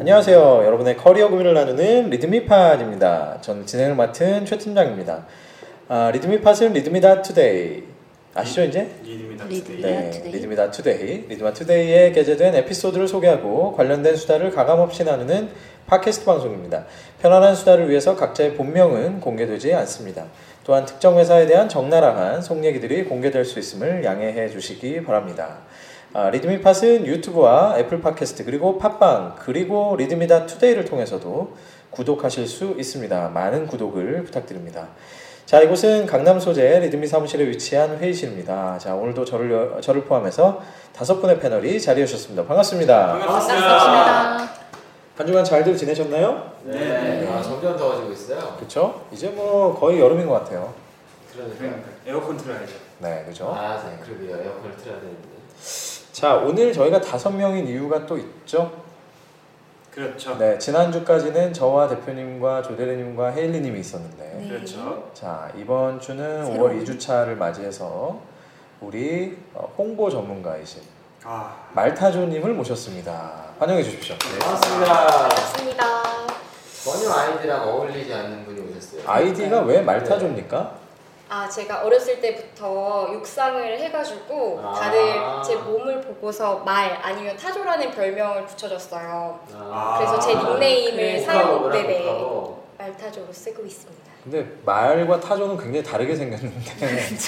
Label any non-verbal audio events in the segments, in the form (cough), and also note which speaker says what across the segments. Speaker 1: 안녕하세요. 여러분의 커리어 고민을 나누는 리드미팟입니다. 저는 진행을 맡은 최 팀장입니다. 아, 리드미팟은 리드미다 투데이 아시죠 이제?
Speaker 2: 리드입니다.
Speaker 3: 리드.
Speaker 2: 네.
Speaker 3: 리드미다
Speaker 1: 네,
Speaker 3: 투데이.
Speaker 1: 리드미다 투데이, 리드마 투데이에 게재된 에피소드를 소개하고 관련된 수다를 가감 없이 나누는 팟캐스트 방송입니다. 편안한 수다를 위해서 각자의 본명은 공개되지 않습니다. 또한 특정 회사에 대한 적나라한 속 얘기들이 공개될 수 있음을 양해해 주시기 바랍니다. 아, 리드미팟은 유튜브와 애플 팟캐스트 그리고 팟빵 그리고 리드미다 투데이를 통해서도 구독하실 수 있습니다. 많은 구독을 부탁드립니다. 자, 이곳은 강남 소재 리드미 사무실에 위치한 회의실입니다. 자, 오늘도 저를, 여- 저를 포함해서 다섯 분의 패널이 자리해 주셨습니다. 반갑습니다.
Speaker 3: 반갑습니다.
Speaker 1: 한 주간 잘들 지내셨나요?
Speaker 4: 네. 아, 점점 더워지고 있어요.
Speaker 1: 그쵸? 이제 뭐 거의 여름인 것 같아요.
Speaker 4: 그러니까.
Speaker 2: 그러니까 에어컨 틀어야죠.
Speaker 1: 네, 그죠?
Speaker 4: 아, 네. 그러게요. 에어컨을 틀어야 되는데.
Speaker 1: 자, 오늘 저희가 다섯 명인 이유가 또 있죠?
Speaker 3: 아.
Speaker 2: 그렇죠.
Speaker 1: 네, 지난주까지는 저와 대표님과 조대리님과 헤일리님이 있었는데
Speaker 3: 네.
Speaker 2: 그렇죠.
Speaker 1: 자, 이번 주는
Speaker 3: 새로운.
Speaker 1: 5월 2주차를 맞이해서 우리 어, 홍보 전문가이신
Speaker 2: 아
Speaker 1: 말타조님을 모셨습니다. 환영해 주십시오.
Speaker 5: 네.
Speaker 4: 네. 반갑습니다.
Speaker 3: 반갑습니다.
Speaker 4: 전혀 아이디랑 어울리지 않는 분이 오셨어요.
Speaker 1: 아이디가
Speaker 4: 네.
Speaker 1: 왜 말타조입니까?
Speaker 3: 아 제가 어렸을 때부터 육상을 해가지고
Speaker 4: 아.
Speaker 3: 다들 제 몸을 보고서 말 아니면 타조라는 별명을 붙여줬어요.
Speaker 4: 아,
Speaker 3: 그래서 제 닉네임을
Speaker 4: 그래.
Speaker 3: 사용
Speaker 4: 복하고
Speaker 3: 네네
Speaker 4: 복하고.
Speaker 3: 말타조로 쓰고 있습니다.
Speaker 1: 근데 말과 타조는 굉장히 다르게
Speaker 4: 네.
Speaker 1: 생겼는데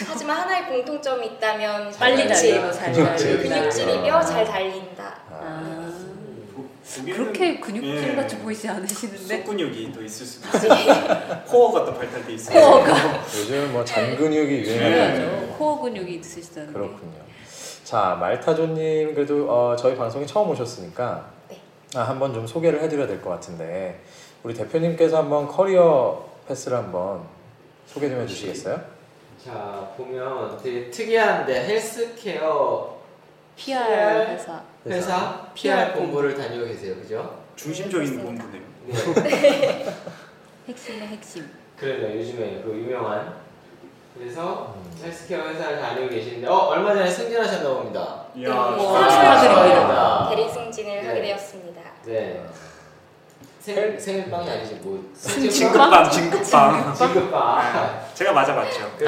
Speaker 3: 하지만 하나의 공통점이 있다면
Speaker 5: 빨리
Speaker 3: 근육질.
Speaker 5: 달려 잘
Speaker 1: 근육질.
Speaker 5: 달려
Speaker 3: 근육질이며 잘 달린다.
Speaker 1: (laughs) 아,
Speaker 5: 그렇게 근육질 같이
Speaker 2: 예.
Speaker 5: 보이지 않으시는데
Speaker 2: 속근육이 또 있을 수도 있어요. (laughs) 코어가 또 발달돼 있어요.
Speaker 5: 코어가
Speaker 1: 요즘 뭐 잔근육이
Speaker 4: 네.
Speaker 1: 유행하죠.
Speaker 5: 중요하죠 코어 근육이 있으시다는 게
Speaker 1: 그렇군요. 자 말타조님 그래도 어, 저희 방송에 처음 오셨으니까
Speaker 3: 네.
Speaker 1: 아, 한번 좀 소개를 해드려야 될 것 같은데 우리 대표님께서 한번 커리어 패스를 한번 소개 좀 해주시겠어요?
Speaker 4: 네. 자, 보면 되게 특이한데 네, 헬스케어
Speaker 5: PR 회사
Speaker 4: 회사
Speaker 5: PR
Speaker 4: PR 본부를 다니고 계세요. 그죠?
Speaker 2: 중심적인 본부네요.
Speaker 5: (laughs)
Speaker 4: 네.
Speaker 5: 핵심의 핵심
Speaker 4: 그래요. 요즘에 그 유명한 그래서
Speaker 5: 음.
Speaker 4: 헬스케어 회사를 다니고 계시는데 어, 얼마 전에 승진하셨나 봅니다.
Speaker 2: 이야,
Speaker 3: 우와.
Speaker 4: 축하드립니다.
Speaker 3: 네. 대리 승진을
Speaker 4: 네.
Speaker 3: 하게 되었습니다.
Speaker 1: 어,
Speaker 4: 네. 생, 생일빵이 아니지 뭐
Speaker 2: 진급방,
Speaker 5: 진급빵?
Speaker 2: 진급방.
Speaker 4: 진급빵
Speaker 2: 제가 맞아봤죠.
Speaker 1: 네,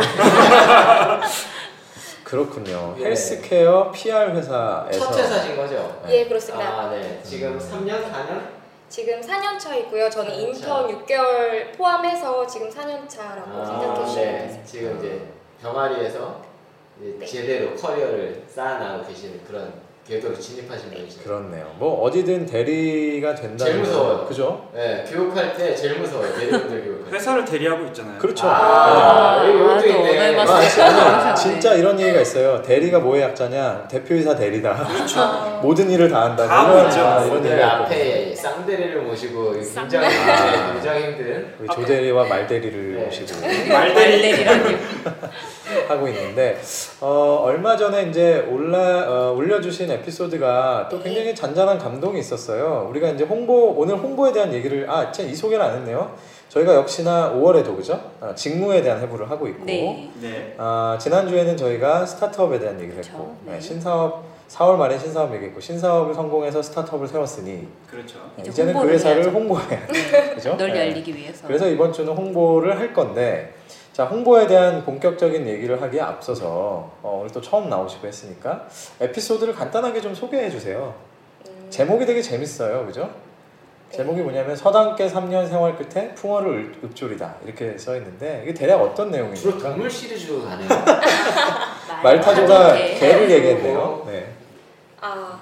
Speaker 1: 그렇군요.
Speaker 4: 예.
Speaker 1: 헬스케어 PR 회사에서
Speaker 4: 첫 회사신 거죠?
Speaker 1: 네.
Speaker 3: 예 그렇습니다.
Speaker 4: 아, 네. 지금 3년, 4년?
Speaker 3: 지금 4년 차이고요. 저는
Speaker 4: 사년
Speaker 3: 인턴 6개월 포함해서 지금 4년 차라고 생각해 주시면 되세요.
Speaker 4: 네. 지금 이제 병아리에서 이제
Speaker 3: 네.
Speaker 4: 제대로 커리어를 쌓아나가고 계시는 그런 궤도로 진입하신 분이시죠.
Speaker 1: 그렇네요. 뭐 어디든 대리가 된다면
Speaker 4: 제일 무서워요.
Speaker 1: 그죠?
Speaker 4: 네, 교육할 때 제일 무서워요. 대리분들 교육할 때.
Speaker 2: 회사를 대리하고 있잖아요.
Speaker 1: 네. 그렇죠.
Speaker 4: 아,
Speaker 5: 아,
Speaker 4: 여기
Speaker 5: 또
Speaker 4: 이것도 있네.
Speaker 5: 오늘
Speaker 1: (laughs) 아,
Speaker 5: 말씀
Speaker 1: 진짜, 진짜 이런 얘기가 있어요. 대리가 뭐의 약자냐? 대표이사 대리다. (laughs)
Speaker 2: 그렇죠.
Speaker 1: 모든 일을 다 한다.
Speaker 2: 다
Speaker 1: 이런,
Speaker 2: 하죠.
Speaker 1: 아, 이런
Speaker 4: 오늘
Speaker 1: 얘기가 있고.
Speaker 4: 앞에 쌍대리를 모시고 굉장히,
Speaker 5: 쌍대리.
Speaker 4: 네, 굉장히 힘든
Speaker 1: 우리 조대리와 말대리를
Speaker 4: 네.
Speaker 1: 모시고
Speaker 2: 말대리.
Speaker 5: 말대리라니
Speaker 1: 하고 있는데 어, 얼마 전에 이제 올라 어, 올려주신 에피소드가 또 굉장히 잔잔한 감동이 있었어요. 우리가 이제 홍보 오늘 홍보에 대한 얘기를 아참이 소개를 안 했네요. 저희가 역시나 5월에도 그죠? 아, 직무에 대한 해부를 하고 있고
Speaker 5: 네
Speaker 2: 네.
Speaker 1: 아, 지난주에는 저희가 스타트업에 대한 얘기를
Speaker 5: 그쵸,
Speaker 1: 했고
Speaker 5: 네.
Speaker 1: 네, 신사업 4월 말에 신사업 얘기했고 신사업을 성공해서 스타트업을 세웠으니
Speaker 2: 그렇죠.
Speaker 5: 이제
Speaker 1: 이제는 그
Speaker 5: 홍보를
Speaker 1: 회사를
Speaker 5: 해야죠.
Speaker 1: 홍보해야 돼. 그죠?
Speaker 5: (laughs) 널리
Speaker 1: 네.
Speaker 5: 알리기 위해서
Speaker 1: 그래서 이번 주는 홍보를 할 건데 자 홍보에 대한 본격적인 얘기를 하기에 앞서서 어, 오늘 또 처음 나오시고 했으니까 에피소드를 간단하게 좀 소개해 주세요.
Speaker 3: 음,
Speaker 1: 제목이 되게 재밌어요, 그죠?
Speaker 3: 네.
Speaker 1: 제목이 뭐냐면 서당계 3년 생활 끝에 풍어를 읊- 읊조리다 이렇게 써 있는데 이게 대략 어떤
Speaker 4: 주로
Speaker 1: 내용입니까?
Speaker 4: 동물 시리즈로 가네요.
Speaker 1: 말타조가
Speaker 5: 타조개.
Speaker 1: 개를 얘기했네요. 네.
Speaker 3: 아,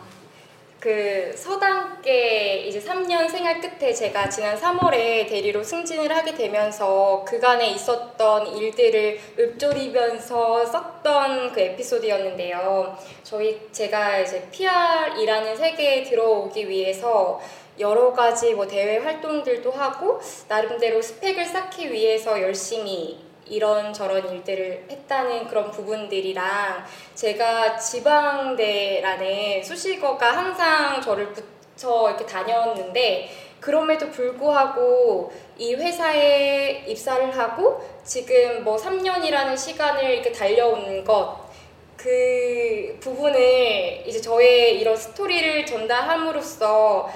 Speaker 3: 그 서당계 이제 3년 생활 끝에 제가 지난 3월에 대리로 승진을 하게 되면서 그간에 있었던 일들을 읊조리면서 썼던 그 에피소드였는데요. 저희 제가 이제 PR이라는 세계에 들어오기 위해서 여러 가지 뭐 대외 활동들도 하고 나름대로 스펙을 쌓기 위해서 열심히 이런 저런 일들을 했다는 그런 부분들이랑 제가 지방대라는 수식어가 항상 저를 붙여 이렇게 다녔는데 그럼에도 불구하고 이 회사에 입사를 하고 지금 뭐 3년이라는 시간을 이렇게 달려온 것 그 부분을 이제 저의 이런 스토리를 전달함으로써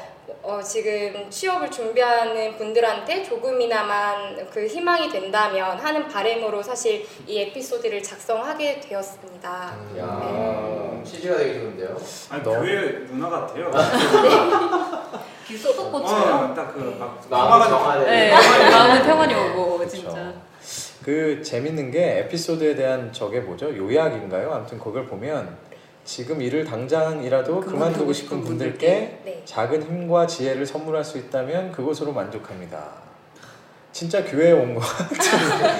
Speaker 3: 어, 지금 취업을 준비하는 분들한테 조금이나마 그 희망이 된다면 하는 바램으로 사실 이 에피소드를 작성하게 되었습니다. 네.
Speaker 4: 야 취지가 되게 좋은데요.
Speaker 2: 아니
Speaker 1: 너.
Speaker 2: 교회 누나 같아요.
Speaker 1: 어.
Speaker 2: 어,
Speaker 5: 소독꽃이요?
Speaker 2: 어딱그막
Speaker 4: 마음을 정화를. (laughs)
Speaker 5: 네, 마음의 평안이 오고 어, 진짜.
Speaker 1: 그렇죠. 그 재밌는 게 에피소드에 대한 저게 뭐죠? 요약인가요? 아무튼 그걸 보면 지금 일을 당장이라도
Speaker 5: 그만두고
Speaker 1: 그만두고 싶은
Speaker 5: 싶은
Speaker 1: 분들께
Speaker 3: 네.
Speaker 1: 작은 힘과 지혜를 선물할 수 있다면 그것으로 만족합니다. 진짜 교회에 온 거.
Speaker 2: 어?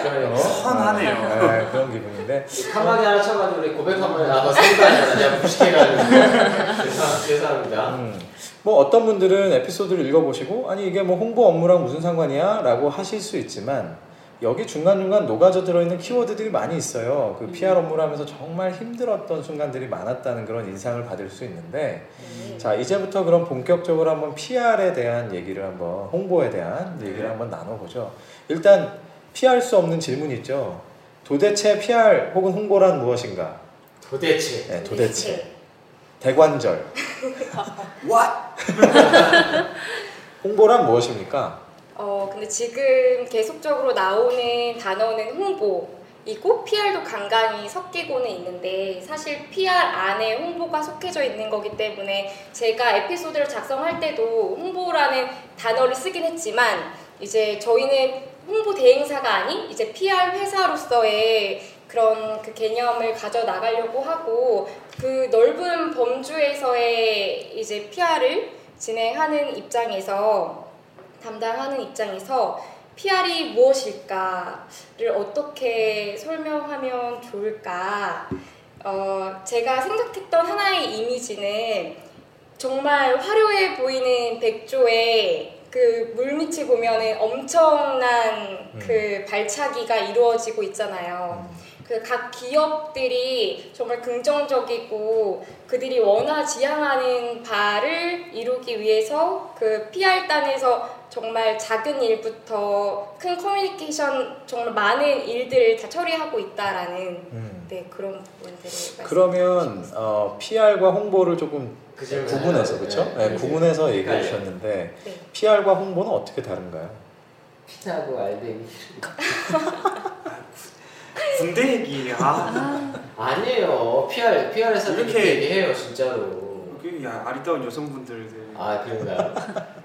Speaker 4: 그래요.
Speaker 2: 선하네요.
Speaker 1: 네, 그런 기분인데
Speaker 4: 이 칸막이 하나 쳐가지고 우리 고백 한번 나가 성단이 그냥 무식해가지고 (laughs) 죄송- 죄송합니다.
Speaker 1: 음, 뭐 어떤 분들은 에피소드를 읽어보시고 아니 이게 뭐 홍보 업무랑 무슨 상관이야? 라고 하실 수 있지만 여기 중간중간 녹아져 들어있는 키워드들이 많이 있어요. 그 PR 업무를 하면서 정말 힘들었던 순간들이 많았다는 그런 인상을 받을 수 있는데
Speaker 2: 음.
Speaker 1: 자 이제부터 그럼 본격적으로 한번 PR에 대한 얘기를 한번 홍보에 대한 얘기를
Speaker 2: 네.
Speaker 1: 한번 나눠보죠. 일단 피할 수 없는 질문이 있죠. 도대체 PR 혹은 홍보란 무엇인가?
Speaker 4: 도대체
Speaker 1: 네, 도대체 대관절
Speaker 2: 와
Speaker 1: 홍보란 무엇입니까?
Speaker 3: 어, 근데 지금 계속적으로 나오는 단어는 홍보이고 PR도 간간히 섞이고는 있는데 사실 PR 안에 홍보가 속해져 있는 거기 때문에 제가 에피소드를 작성할 때도 홍보라는 단어를 쓰긴 했지만 이제 저희는 홍보 대행사가 아닌 이제 PR 회사로서의 그런 그 개념을 가져 나가려고 하고 그 넓은 범주에서의 이제 PR을 진행하는 입장에서 담당하는 입장에서 PR이 무엇일까를 어떻게 설명하면 좋을까? 어, 제가 생각했던 하나의 이미지는 정말 화려해 보이는 백조의 그 물밑이 보면은 엄청난
Speaker 1: 음.
Speaker 3: 그 발차기가 이루어지고 있잖아요. 그 각 기업들이 정말 긍정적이고 그들이 원하 지향하는 바를 이루기 위해서 그 PR 단에서 정말 작은 일부터 큰 커뮤니케이션 정말 많은 일들을 다 처리하고 있다라는
Speaker 1: 음.
Speaker 3: 네 그런 부분들을
Speaker 1: 그러면 어, PR과 홍보를 조금
Speaker 4: 그 질문
Speaker 1: 구분해서 그렇죠?
Speaker 4: 네.
Speaker 1: 구분해서
Speaker 4: 네.
Speaker 1: 얘기해 주셨는데
Speaker 3: 네.
Speaker 1: PR과 홍보는 어떻게 다른가요?
Speaker 4: 피타고 알데미
Speaker 2: 군대 얘기 아
Speaker 4: 아니에요. PR PR에서
Speaker 2: 이렇게-
Speaker 4: 이렇게 얘기해요 진짜로.
Speaker 2: 여기 야 아리따운 여성분들
Speaker 4: 아 그런가요?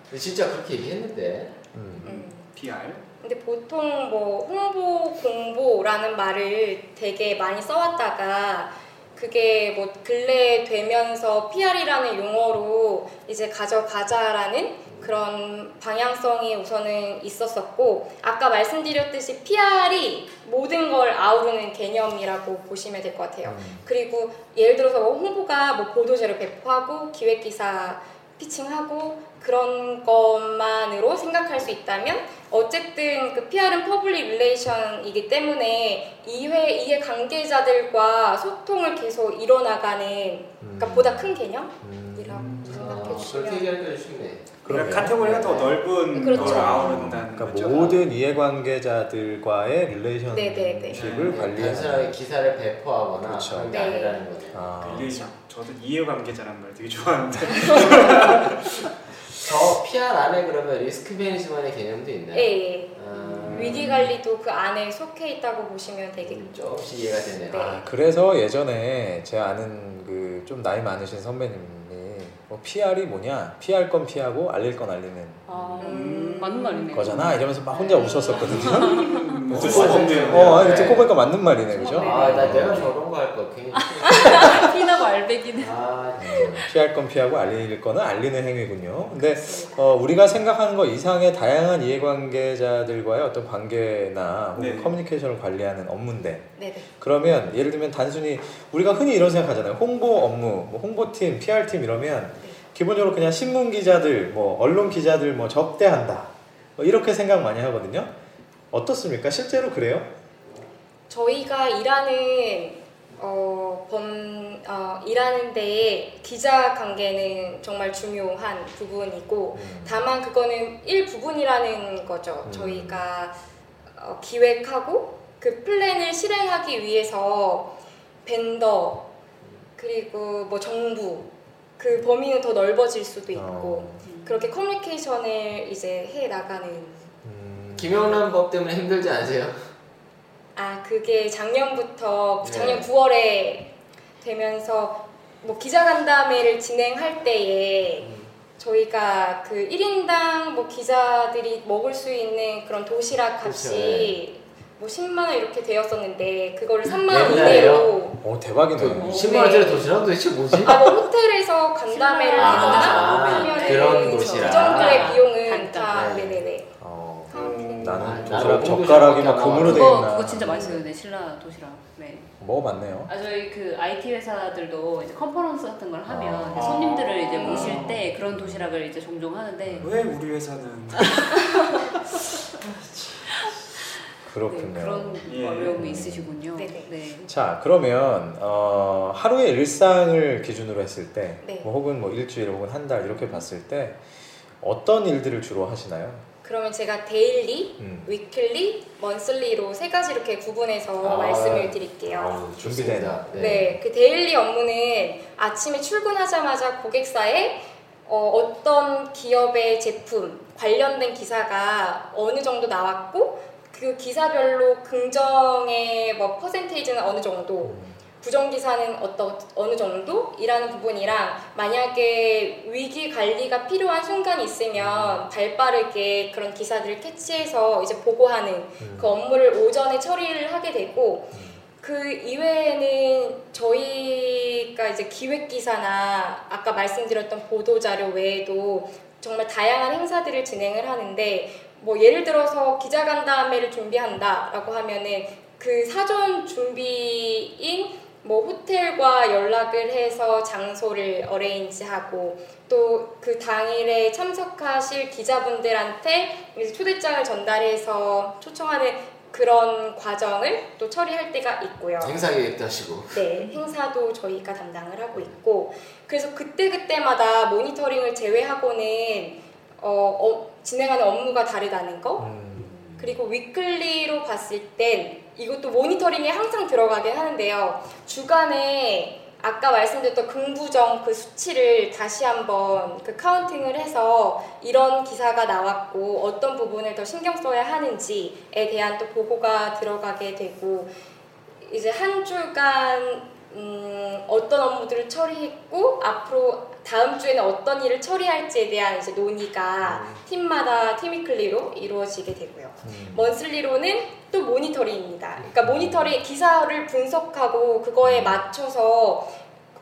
Speaker 4: 근데 진짜 그렇게 얘기했는데.
Speaker 1: 음.
Speaker 3: 음.
Speaker 2: PR
Speaker 3: 근데 보통 뭐 홍보 공보라는 말을 되게 많이 써왔다가 그게 뭐 근래 되면서 PR이라는 용어로 이제 가져가자라는 그런 방향성이 우선은 있었었고 아까 말씀드렸듯이 PR이 모든 걸 아우르는 개념이라고 보시면 될 것 같아요. 그리고 예를 들어서 뭐 홍보가 뭐 보도자료 배포하고 기획 기사 피칭하고 그런 것만으로 생각할 수 있다면 어쨌든 그 PR은 퍼블릭 릴레이션이기 때문에 이회 이해 관계자들과 소통을 계속 이뤄나가는 그러니까 보다 큰 개념이라고 생각해
Speaker 4: 아,
Speaker 3: 주시면
Speaker 4: 그렇게 얘기하니까 좀 쉽네.
Speaker 2: 그러니까
Speaker 1: 그러네요.
Speaker 2: 카테고리가 더 넓은
Speaker 3: 그렇죠.
Speaker 2: 걸 아우른다는
Speaker 1: 그러니까
Speaker 2: 거죠.
Speaker 1: 모든 이해관계자들과의 릴레이션십을
Speaker 3: 네, 네, 네.
Speaker 1: 관리하는
Speaker 4: 단순하게 기사를 배포하거나
Speaker 1: 그렇죠.
Speaker 4: 그런게
Speaker 3: 네.
Speaker 4: 아니라는 거죠.
Speaker 1: 아,
Speaker 2: 이게 저도 이해관계자란 말 되게
Speaker 3: (laughs)
Speaker 2: 뭐 좋아하는데
Speaker 4: 저 PR 안에 그러면 리스크 매니지먼의 개념도 있나요?
Speaker 3: 예, 예.
Speaker 4: 아,
Speaker 3: 위기 관리도 그 안에 속해 있다고 보시면 되겠죠.
Speaker 4: 음, 조금씩 이해가 되네요.
Speaker 3: 네.
Speaker 1: 아, 그래서 예전에 제 아는 그 좀 나이 많으신 선배님이 뭐 PR이 뭐냐 피할 건 피하고 알릴 건 알리는
Speaker 5: 아,
Speaker 2: 음.
Speaker 5: 맞는 말이네요.
Speaker 1: 거잖아 이러면서 막 혼자 웃었었거든요.
Speaker 2: 음, 어쩔
Speaker 4: 어,
Speaker 2: 수가
Speaker 4: 맞아요.
Speaker 2: 없네요.
Speaker 1: 뭐 어 아니,
Speaker 4: 네.
Speaker 1: 듣고 보니까 맞는 말이네 그죠?
Speaker 4: 아, 나
Speaker 1: 어.
Speaker 4: 내가 저런 거 할 거. 괜히.
Speaker 1: 그렇죠.
Speaker 5: (laughs) 피나고 알배기는.
Speaker 4: 아,
Speaker 1: 피할 건 피하고 알릴 거는 알리는 행위군요. 근데 어, 우리가 생각하는 것 이상의 다양한 이해관계자들과의 어떤 관계나 혹은
Speaker 2: 네.
Speaker 1: 커뮤니케이션을 관리하는 업무인데
Speaker 3: 네, 네.
Speaker 1: 그러면 예를 들면 단순히 우리가 흔히 이런 생각하잖아요. 홍보 업무, 뭐 홍보팀, PR팀 이러면 기본적으로 그냥 신문 기자들, 뭐 언론 기자들 뭐 접대한다 뭐 이렇게 생각 많이 하거든요. 어떻습니까? 실제로 그래요?
Speaker 3: 저희가 일하는 어, 범, 어, 일하는 데에 기자 관계는 정말 중요한 부분이고
Speaker 1: 어,
Speaker 3: 다만 그거는 일부분이라는 거죠.
Speaker 1: 음.
Speaker 3: 저희가 어, 기획하고 그 플랜을 실행하기 위해서 벤더 그리고 뭐 정부 그 범위는 더 넓어질 수도 있고
Speaker 1: 어,
Speaker 3: 그렇게 커뮤니케이션을 이제 해 나가는
Speaker 1: 음.
Speaker 4: 김영란법 때문에 힘들지 않으세요?
Speaker 3: 아 그게 작년부터
Speaker 4: 네.
Speaker 3: 작년 9월에 되면서 뭐 기자간담회를 진행할 때에 저희가 그 1인당 뭐 기자들이 먹을 수 있는 그런 도시락 값이 뭐 10만 원 이렇게 되었었는데 그거를 3만 원
Speaker 4: 네,
Speaker 3: 이내로
Speaker 1: 오 어, 대박이네.
Speaker 4: 그 20만 원짜리 도시락 도대체 뭐지?
Speaker 3: 아 뭐 호텔에서 간담회를
Speaker 5: 아,
Speaker 3: 하거나 하면은
Speaker 4: 그런
Speaker 3: 그그
Speaker 4: 곳이라.
Speaker 3: 정도의 비용은
Speaker 5: 간단.
Speaker 3: 다
Speaker 4: 네.
Speaker 3: 네네네
Speaker 1: 어,
Speaker 3: 음,
Speaker 1: 나는
Speaker 4: 아,
Speaker 1: 도시락
Speaker 4: 나는
Speaker 1: 젓가락이
Speaker 4: 도시락밖에
Speaker 1: 막
Speaker 4: 안
Speaker 1: 금으로 되어
Speaker 5: 그거
Speaker 1: 있나.
Speaker 5: 그거 진짜 맛있었는데 신라 도시락. 네.
Speaker 1: 뭐 먹어봤네요.
Speaker 5: 아 저희 그 IT 회사들도 이제 컨퍼런스 같은 걸 하면
Speaker 1: 아.
Speaker 5: 이제 손님들을 이제 모실
Speaker 2: 아.
Speaker 5: 때 그런 도시락을 이제 종종
Speaker 3: 네.
Speaker 5: 하는데
Speaker 2: 왜 우리
Speaker 3: (laughs)
Speaker 2: 회사는
Speaker 1: 그렇군요.
Speaker 5: 네, 그런
Speaker 2: 예.
Speaker 5: 어려움이 있으시군요.
Speaker 3: 네네.
Speaker 5: 네.
Speaker 1: 자 그러면 어, 하루의 일상을 기준으로 했을 때,
Speaker 3: 네.
Speaker 1: 뭐 혹은 뭐 일주일 혹은 한 달 이렇게 봤을 때 어떤 일들을 주로 하시나요?
Speaker 3: 그러면 제가 데일리
Speaker 1: 음.
Speaker 3: 위클리, 먼슬리로 세 가지 이렇게 구분해서
Speaker 4: 아.
Speaker 3: 말씀을 드릴게요.
Speaker 4: 아,
Speaker 1: 준비된다.
Speaker 4: 좋습니다.
Speaker 3: 네. 그 데일리 업무는 아침에 출근하자마자 고객사에 어, 떤 기업의 제품 관련된 기사가 어느 정도 나왔고 그 기사별로 긍정의 뭐 퍼센테이지는 어느 정도,
Speaker 1: 음.
Speaker 3: 부정 기사는 어떤 어느 정도이라는 부분이랑 만약에 위기 관리가 필요한 순간이 있으면 발빠르게 그런 기사들을 캐치해서 이제 보고하는
Speaker 1: 음.
Speaker 3: 그 업무를 오전에 처리를 하게 되고 그 이외에는 저희가 이제 기획 기사나 아까 말씀드렸던 보도 자료 외에도 정말 다양한 행사들을 진행을 하는데 뭐 예를 들어서 기자간담회를 준비한다라고 하면은 그 사전 준비인 뭐 호텔과 연락을 해서 장소를 어레인지하고 또 그 당일에 참석하실 기자분들한테 이제 초대장을 전달해서 초청하는 그런 과정을 또 처리할 때가 있고요.
Speaker 4: 행사 계획도 하시고.
Speaker 3: 네, 행사도 저희가 담당을 하고 있고 그래서 그때 그때마다 모니터링을 제외하고는 어, 어, 진행하는 업무가 다르다는 거
Speaker 1: 음.
Speaker 3: 그리고 위클리로 봤을 땐 이것도 모니터링에 항상 들어가긴 하는데요. 주간에 아까 말씀드렸던 긍부정 그 수치를 다시 한번 그 카운팅을 해서 이런 기사가 나왔고 어떤 부분을 더 신경 써야 하는지에 대한 또 보고가 들어가게 되고 이제 한 주간 음, 어떤 업무들을 처리했고 앞으로 다음 주에는 어떤 일을 처리할지에 대한 이제 논의가 팀마다 팀이클리로 이루어지게 되고요.
Speaker 1: 음.
Speaker 3: 먼슬리로는 또 모니터링입니다. 그러니까 모니터링 기사를 분석하고 그거에 맞춰서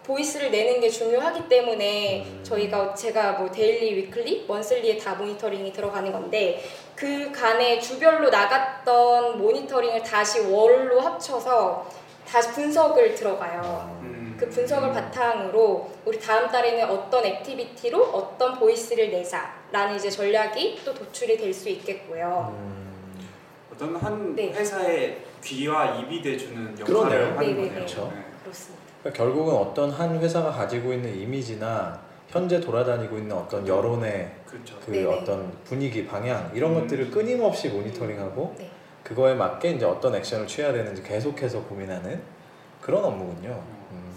Speaker 3: 보이스를 내는 게 중요하기 때문에
Speaker 1: 음.
Speaker 3: 저희가 제가 뭐 데일리, 위클리, 먼슬리에 다 모니터링이 들어가는 건데 그 간에 주별로 나갔던 모니터링을 다시 월로 합쳐서 다시 분석을 들어가요.
Speaker 2: 음.
Speaker 3: 그 분석을 바탕으로 우리 다음 달에는 어떤 액티비티로 어떤 보이스를 내자라는 이제 전략이 또 도출이 될 수 있겠고요.
Speaker 1: 음.
Speaker 2: 어떤 한
Speaker 3: 네.
Speaker 2: 회사의 귀와 입이 돼주는 역할을
Speaker 1: 그러네요.
Speaker 2: 하는
Speaker 3: 네네네.
Speaker 2: 거네요.
Speaker 1: 그렇죠.
Speaker 2: 네.
Speaker 3: 그렇습니다.
Speaker 1: 그러니까 결국은 어떤 한 회사가 가지고 있는 이미지나 현재 돌아다니고 있는 어떤 여론의
Speaker 2: 그렇죠.
Speaker 1: 그
Speaker 3: 네네.
Speaker 1: 어떤 분위기 방향 이런
Speaker 2: 음.
Speaker 1: 것들을 끊임없이 모니터링하고
Speaker 3: 네.
Speaker 1: 그거에 맞게 이제 어떤 액션을 취해야 되는지 계속해서 고민하는 그런 업무군요. 음.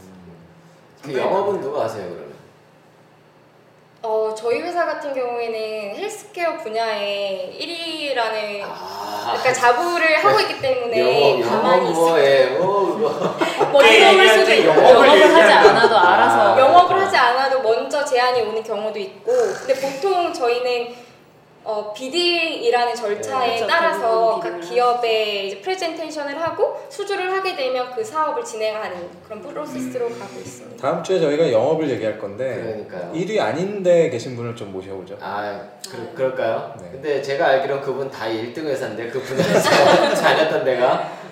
Speaker 4: 그 영업은 누가 하세요 그러면?
Speaker 3: 어, 저희 회사 같은 경우에는 헬스케어 분야의 1위라는
Speaker 4: 아.
Speaker 3: 그러니까 자부를 하고 있기 때문에
Speaker 4: 영업,
Speaker 3: 가만히
Speaker 4: 영업
Speaker 3: 있어
Speaker 4: 뭐예? 뭐 뭐.
Speaker 3: 멀쩡할 수도 있고
Speaker 2: 영업을
Speaker 5: 영업을 하지
Speaker 2: 얘기한다.
Speaker 5: 않아도
Speaker 4: 뭐.
Speaker 5: 알아서
Speaker 3: 영업을 하지 않아도 먼저 제안이 오는 경우도 있고 근데 보통 저희는 어, 비딩이라는 절차에
Speaker 5: 그렇죠.
Speaker 3: 따라서
Speaker 5: 대부분
Speaker 3: 각
Speaker 5: 비딩을
Speaker 3: 기업에 이제 프레젠테이션을 하고 수주를 하게 되면 그 사업을 진행하는 그런 프로세스로
Speaker 2: 음.
Speaker 3: 가고 있습니다.
Speaker 1: 다음 주에 저희가 영업을 얘기할 건데
Speaker 4: 그러니까요.
Speaker 1: 1위 아닌데 계신 분을 좀 모셔보죠.
Speaker 4: 아, 그, 그럴까요?
Speaker 1: 네.
Speaker 4: 근데 제가 알기론 그분 다 1등 회사인데 그 분야에서 (laughs) 잘했던 데가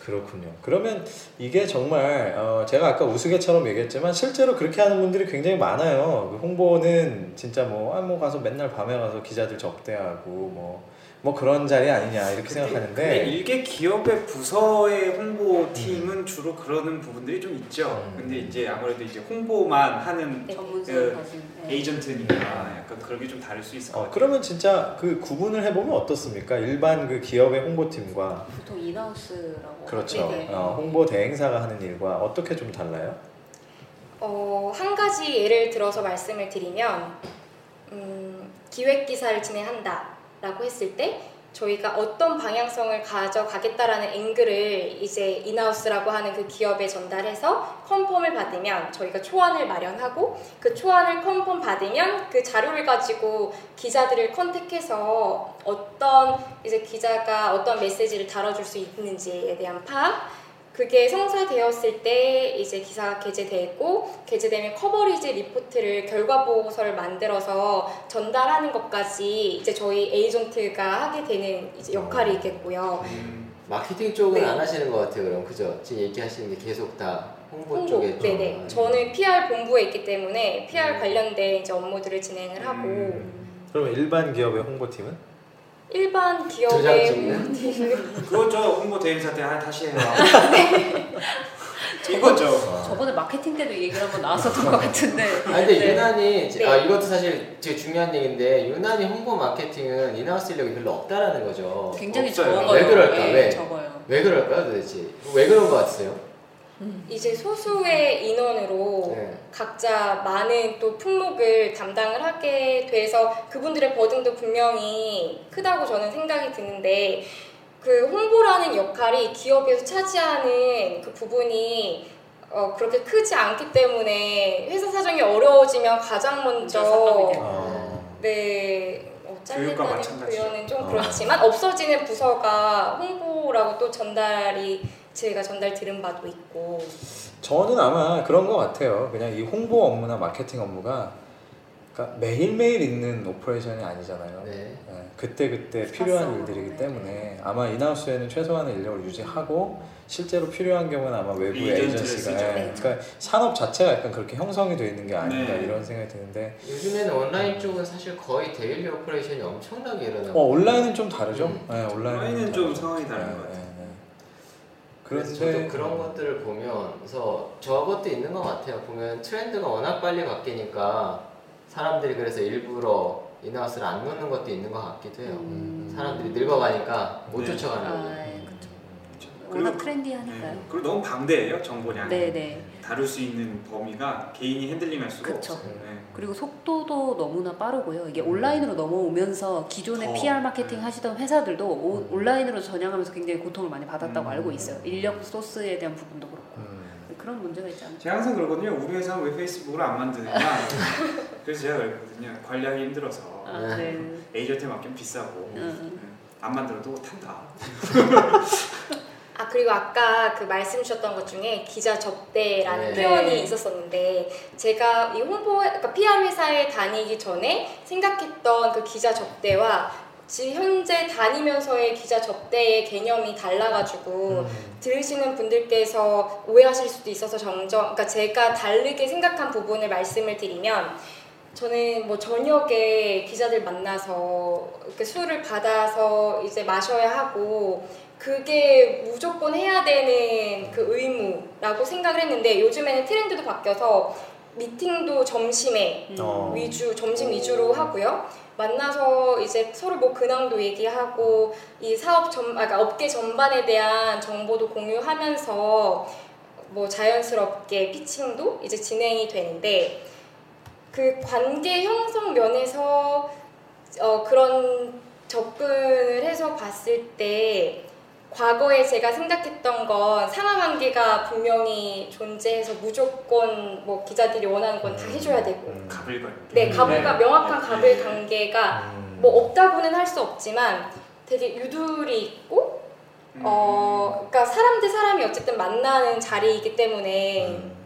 Speaker 1: 그렇군요. 그러면 이게 정말 어, 제가 아까 우스개처럼 얘기했지만 실제로 그렇게 하는 분들이 굉장히 많아요. 그 홍보는 진짜 뭐, 아, 뭐 가서 맨날 밤에 가서 기자들 적대하고 뭐, 뭐 그런 자리 아니냐 이렇게
Speaker 2: 근데
Speaker 1: 생각하는데
Speaker 2: 일개 기업의 부서의 홍보 팀은 주로 그러는 부분들이 좀 있죠.
Speaker 1: 음.
Speaker 2: 근데 이제 아무래도 이제 홍보만 하는
Speaker 3: 네.
Speaker 5: 전문성을 가진 네.
Speaker 2: 에이전트니까 아, 약간 그런 게 좀 다를 수 있을 것
Speaker 1: 어,
Speaker 2: 같아요.
Speaker 1: 그러면 진짜 그 구분을 해보면 어떻습니까? 일반 그 기업의 홍보팀과
Speaker 5: 보통 인하우스라고
Speaker 1: 그렇죠.
Speaker 5: 네, 네.
Speaker 1: 어, 홍보 대행사가 하는 일과 어떻게 좀 달라요?
Speaker 3: 어, 한 가지 예를 들어서 말씀을 드리면 음, 기획 기사를 진행한다라고 했을 때 저희가 어떤 방향성을 가져가겠다라는 앵글을 이제 인하우스라고 하는 그 기업에 전달해서 컨펌을 받으면 저희가 초안을 마련하고 그 초안을 컨펌 받으면 그 자료를 가지고 기자들을 컨택해서 어떤 이제 기자가 어떤 메시지를 다뤄줄 수 있는지에 대한 파악 그게 성사되었을 때 이제 기사가 게재되고 게재되면 커버리지 리포트를 결과 보고서를 만들어서 전달하는 것까지 이제 저희 에이전트가 하게 되는 이제 역할이
Speaker 2: 그-
Speaker 3: 있겠고요.
Speaker 2: 음.
Speaker 4: 마케팅 쪽은
Speaker 3: 네.
Speaker 4: 안 하시는 것 같아요, 그럼 그죠? 지금 얘기하시는 게 계속 다 홍보, 쪽에 좀. 아, 음.
Speaker 3: 네네. 저는 PR 본부에 있기 때문에 PR 관련된 이제 업무들을
Speaker 5: 음.
Speaker 3: 진행을 하고
Speaker 1: 그럼 일반 기업의 홍보팀은?
Speaker 3: 일반
Speaker 4: 조작
Speaker 3: 기업의
Speaker 4: 찍는?
Speaker 2: 그건 저 홍보 대행사 때 하나 다시
Speaker 5: (laughs)
Speaker 2: 해라.
Speaker 5: 네.
Speaker 2: 이거죠.
Speaker 5: 저번에 마케팅 때도 얘기를 한번 나왔었던 것 같은데.
Speaker 4: 아 근데
Speaker 5: 네.
Speaker 4: 유난히
Speaker 3: 네.
Speaker 4: 아 이것도 사실 되게 중요한 얘기인데 유난히 홍보 마케팅은 인하우스 인력이 별로 없다라는 거죠.
Speaker 5: 굉장히
Speaker 2: 없어요.
Speaker 5: 적어요.
Speaker 4: 왜 그럴까?
Speaker 5: 예,
Speaker 4: 왜?
Speaker 5: 적어요.
Speaker 4: 왜 그럴까요, 도대체? 왜 그런 것 같으세요?
Speaker 3: (laughs) 이제 소수의 인원으로
Speaker 4: 네.
Speaker 3: 각자 많은 또 품목을 담당을 하게 돼서 그분들의 버든도 분명히 크다고 저는 생각이 드는데 그 홍보라는 역할이 기업에서 차지하는 그 부분이 어, 그렇게 크지 않기 때문에 회사 사정이 어려워지면 가장
Speaker 5: 삭감이
Speaker 3: 먼저
Speaker 5: 되고.
Speaker 3: 네 어,
Speaker 2: 교육과
Speaker 3: 잘린다는
Speaker 2: 마찬가지죠.
Speaker 3: 표현은 좀
Speaker 1: 어.
Speaker 3: 그렇지만 없어지는 부서가 홍보라고 또 전달이 제가 전달 들은 바도 있고
Speaker 1: 저는 아마 그런 것 같아요. 그냥 이 홍보 업무나 마케팅 업무가 그러니까 매일매일 있는 오퍼레이션이 아니잖아요.
Speaker 4: 네.
Speaker 1: 예, 그때그때 필요한
Speaker 5: 스타성으로,
Speaker 1: 일들이기
Speaker 5: 네.
Speaker 1: 때문에 아마 인하우스에는 최소한의 인력을 유지하고 실제로 필요한 경우는 아마 외부의
Speaker 2: 에이전트를
Speaker 1: 에이전시가
Speaker 2: 쓰죠.
Speaker 1: 예, 그러니까 산업 자체가 약간 그렇게 형성이 되어 있는 게 아닌가
Speaker 2: 네.
Speaker 1: 이런 생각이 드는데
Speaker 4: 요즘에는 온라인 쪽은 사실 거의 데일리 오퍼레이션이 엄청나게 일어나고.
Speaker 1: 어, 온라인은 좀 다르죠?
Speaker 4: 네. 음.
Speaker 1: 예, 온라인은,
Speaker 2: 온라인은 좀
Speaker 1: 다르죠.
Speaker 2: 상황이 다른
Speaker 1: 예,
Speaker 2: 것 같아요.
Speaker 1: 예, 예.
Speaker 4: 그래서 음. 저도 그런 것들을 보면서 저것도 있는 것 같아요. 보면 트렌드가 워낙 빨리 바뀌니까 사람들이 그래서 일부러 인하우스를 안 넣는 것도 있는 것 같기도 해요.
Speaker 5: 음.
Speaker 4: 사람들이 늙어가니까 못
Speaker 2: 네.
Speaker 4: 쫓아가는 거예요.
Speaker 5: 아, 예, 그쵸. 워낙
Speaker 2: 그렇죠. 그리고- 네,
Speaker 5: 트렌디하니까요.
Speaker 2: 그리고 너무 방대해요 정보량.
Speaker 5: 네, 네.
Speaker 2: 다룰 수 있는 범위가 개인이 핸들링할 수가
Speaker 5: 그쵸.
Speaker 2: 없어요. 네.
Speaker 5: 그리고 속도도 너무나 빠르고요. 이게 온라인으로 넘어오면서 기존의
Speaker 2: 더,
Speaker 5: PR
Speaker 2: 음.
Speaker 5: 마케팅
Speaker 2: 네.
Speaker 5: 하시던 회사들도 오- 온라인으로 전향하면서 굉장히 고통을 많이 받았다고
Speaker 2: 음.
Speaker 5: 알고 있어요. 인력 소스에 대한 부분도 그렇고
Speaker 1: 음.
Speaker 5: 그런 문제가 있지 않나요?
Speaker 2: 제가 항상 그러거든요. 우리 회사는 왜 페이스북을 안
Speaker 5: (laughs)
Speaker 2: 만드느냐. 그래서 제가 그랬거든요. 관리하기 힘들어서
Speaker 5: 아, 네. 음,
Speaker 2: 에이전트 맡기면 비싸고
Speaker 5: 음.
Speaker 2: 네. 안 만들어도 탄다.
Speaker 3: 아 그리고 아까 그 말씀 주셨던 것 중에 기자 접대라는
Speaker 4: 네.
Speaker 3: 표현이 있었었는데 제가 이 홍보 그러니까 PR 회사에 다니기 전에 생각했던 그 기자 접대와 지 현재 다니면서의 기자 접대의 개념이
Speaker 1: 음.
Speaker 3: 달라가지고 들으시는 분들께서 오해하실 수도 있어서 정정 그러니까 제가 다르게 생각한 부분을 말씀을 드리면 저는 뭐 저녁에 기자들 만나서 이렇게 술을 받아서 이제 마셔야 하고 그게 무조건 해야 되는 그 의무라고 생각을 했는데 요즘에는 트렌드도 바뀌어서 미팅도 점심에
Speaker 1: 어.
Speaker 3: 위주 점심 위주로 하고요. 만나서 이제 서로 뭐 근황도 얘기하고 이 사업 전 아까 그러니까 업계 전반에 대한 정보도 공유하면서 뭐 자연스럽게 피칭도 이제 진행이 되는데 그 관계 형성 면에서 어, 그런 접근을 해서 봤을 때 과거에 제가 생각했던 건 상하관계가 분명히 존재해서 무조건 뭐 기자들이 원하는 건 다 해줘야 되고
Speaker 1: 음.
Speaker 2: 가불관.
Speaker 3: 네, 가불과
Speaker 2: 네.
Speaker 3: 명확한
Speaker 2: 네.
Speaker 3: 가불 관계가
Speaker 1: 음.
Speaker 3: 뭐 없다고는 할 수 없지만 되게 유둘이 있고
Speaker 2: 음.
Speaker 3: 어 그러니까 사람 대 사람이 어쨌든 만나는 자리이기 때문에
Speaker 1: 음.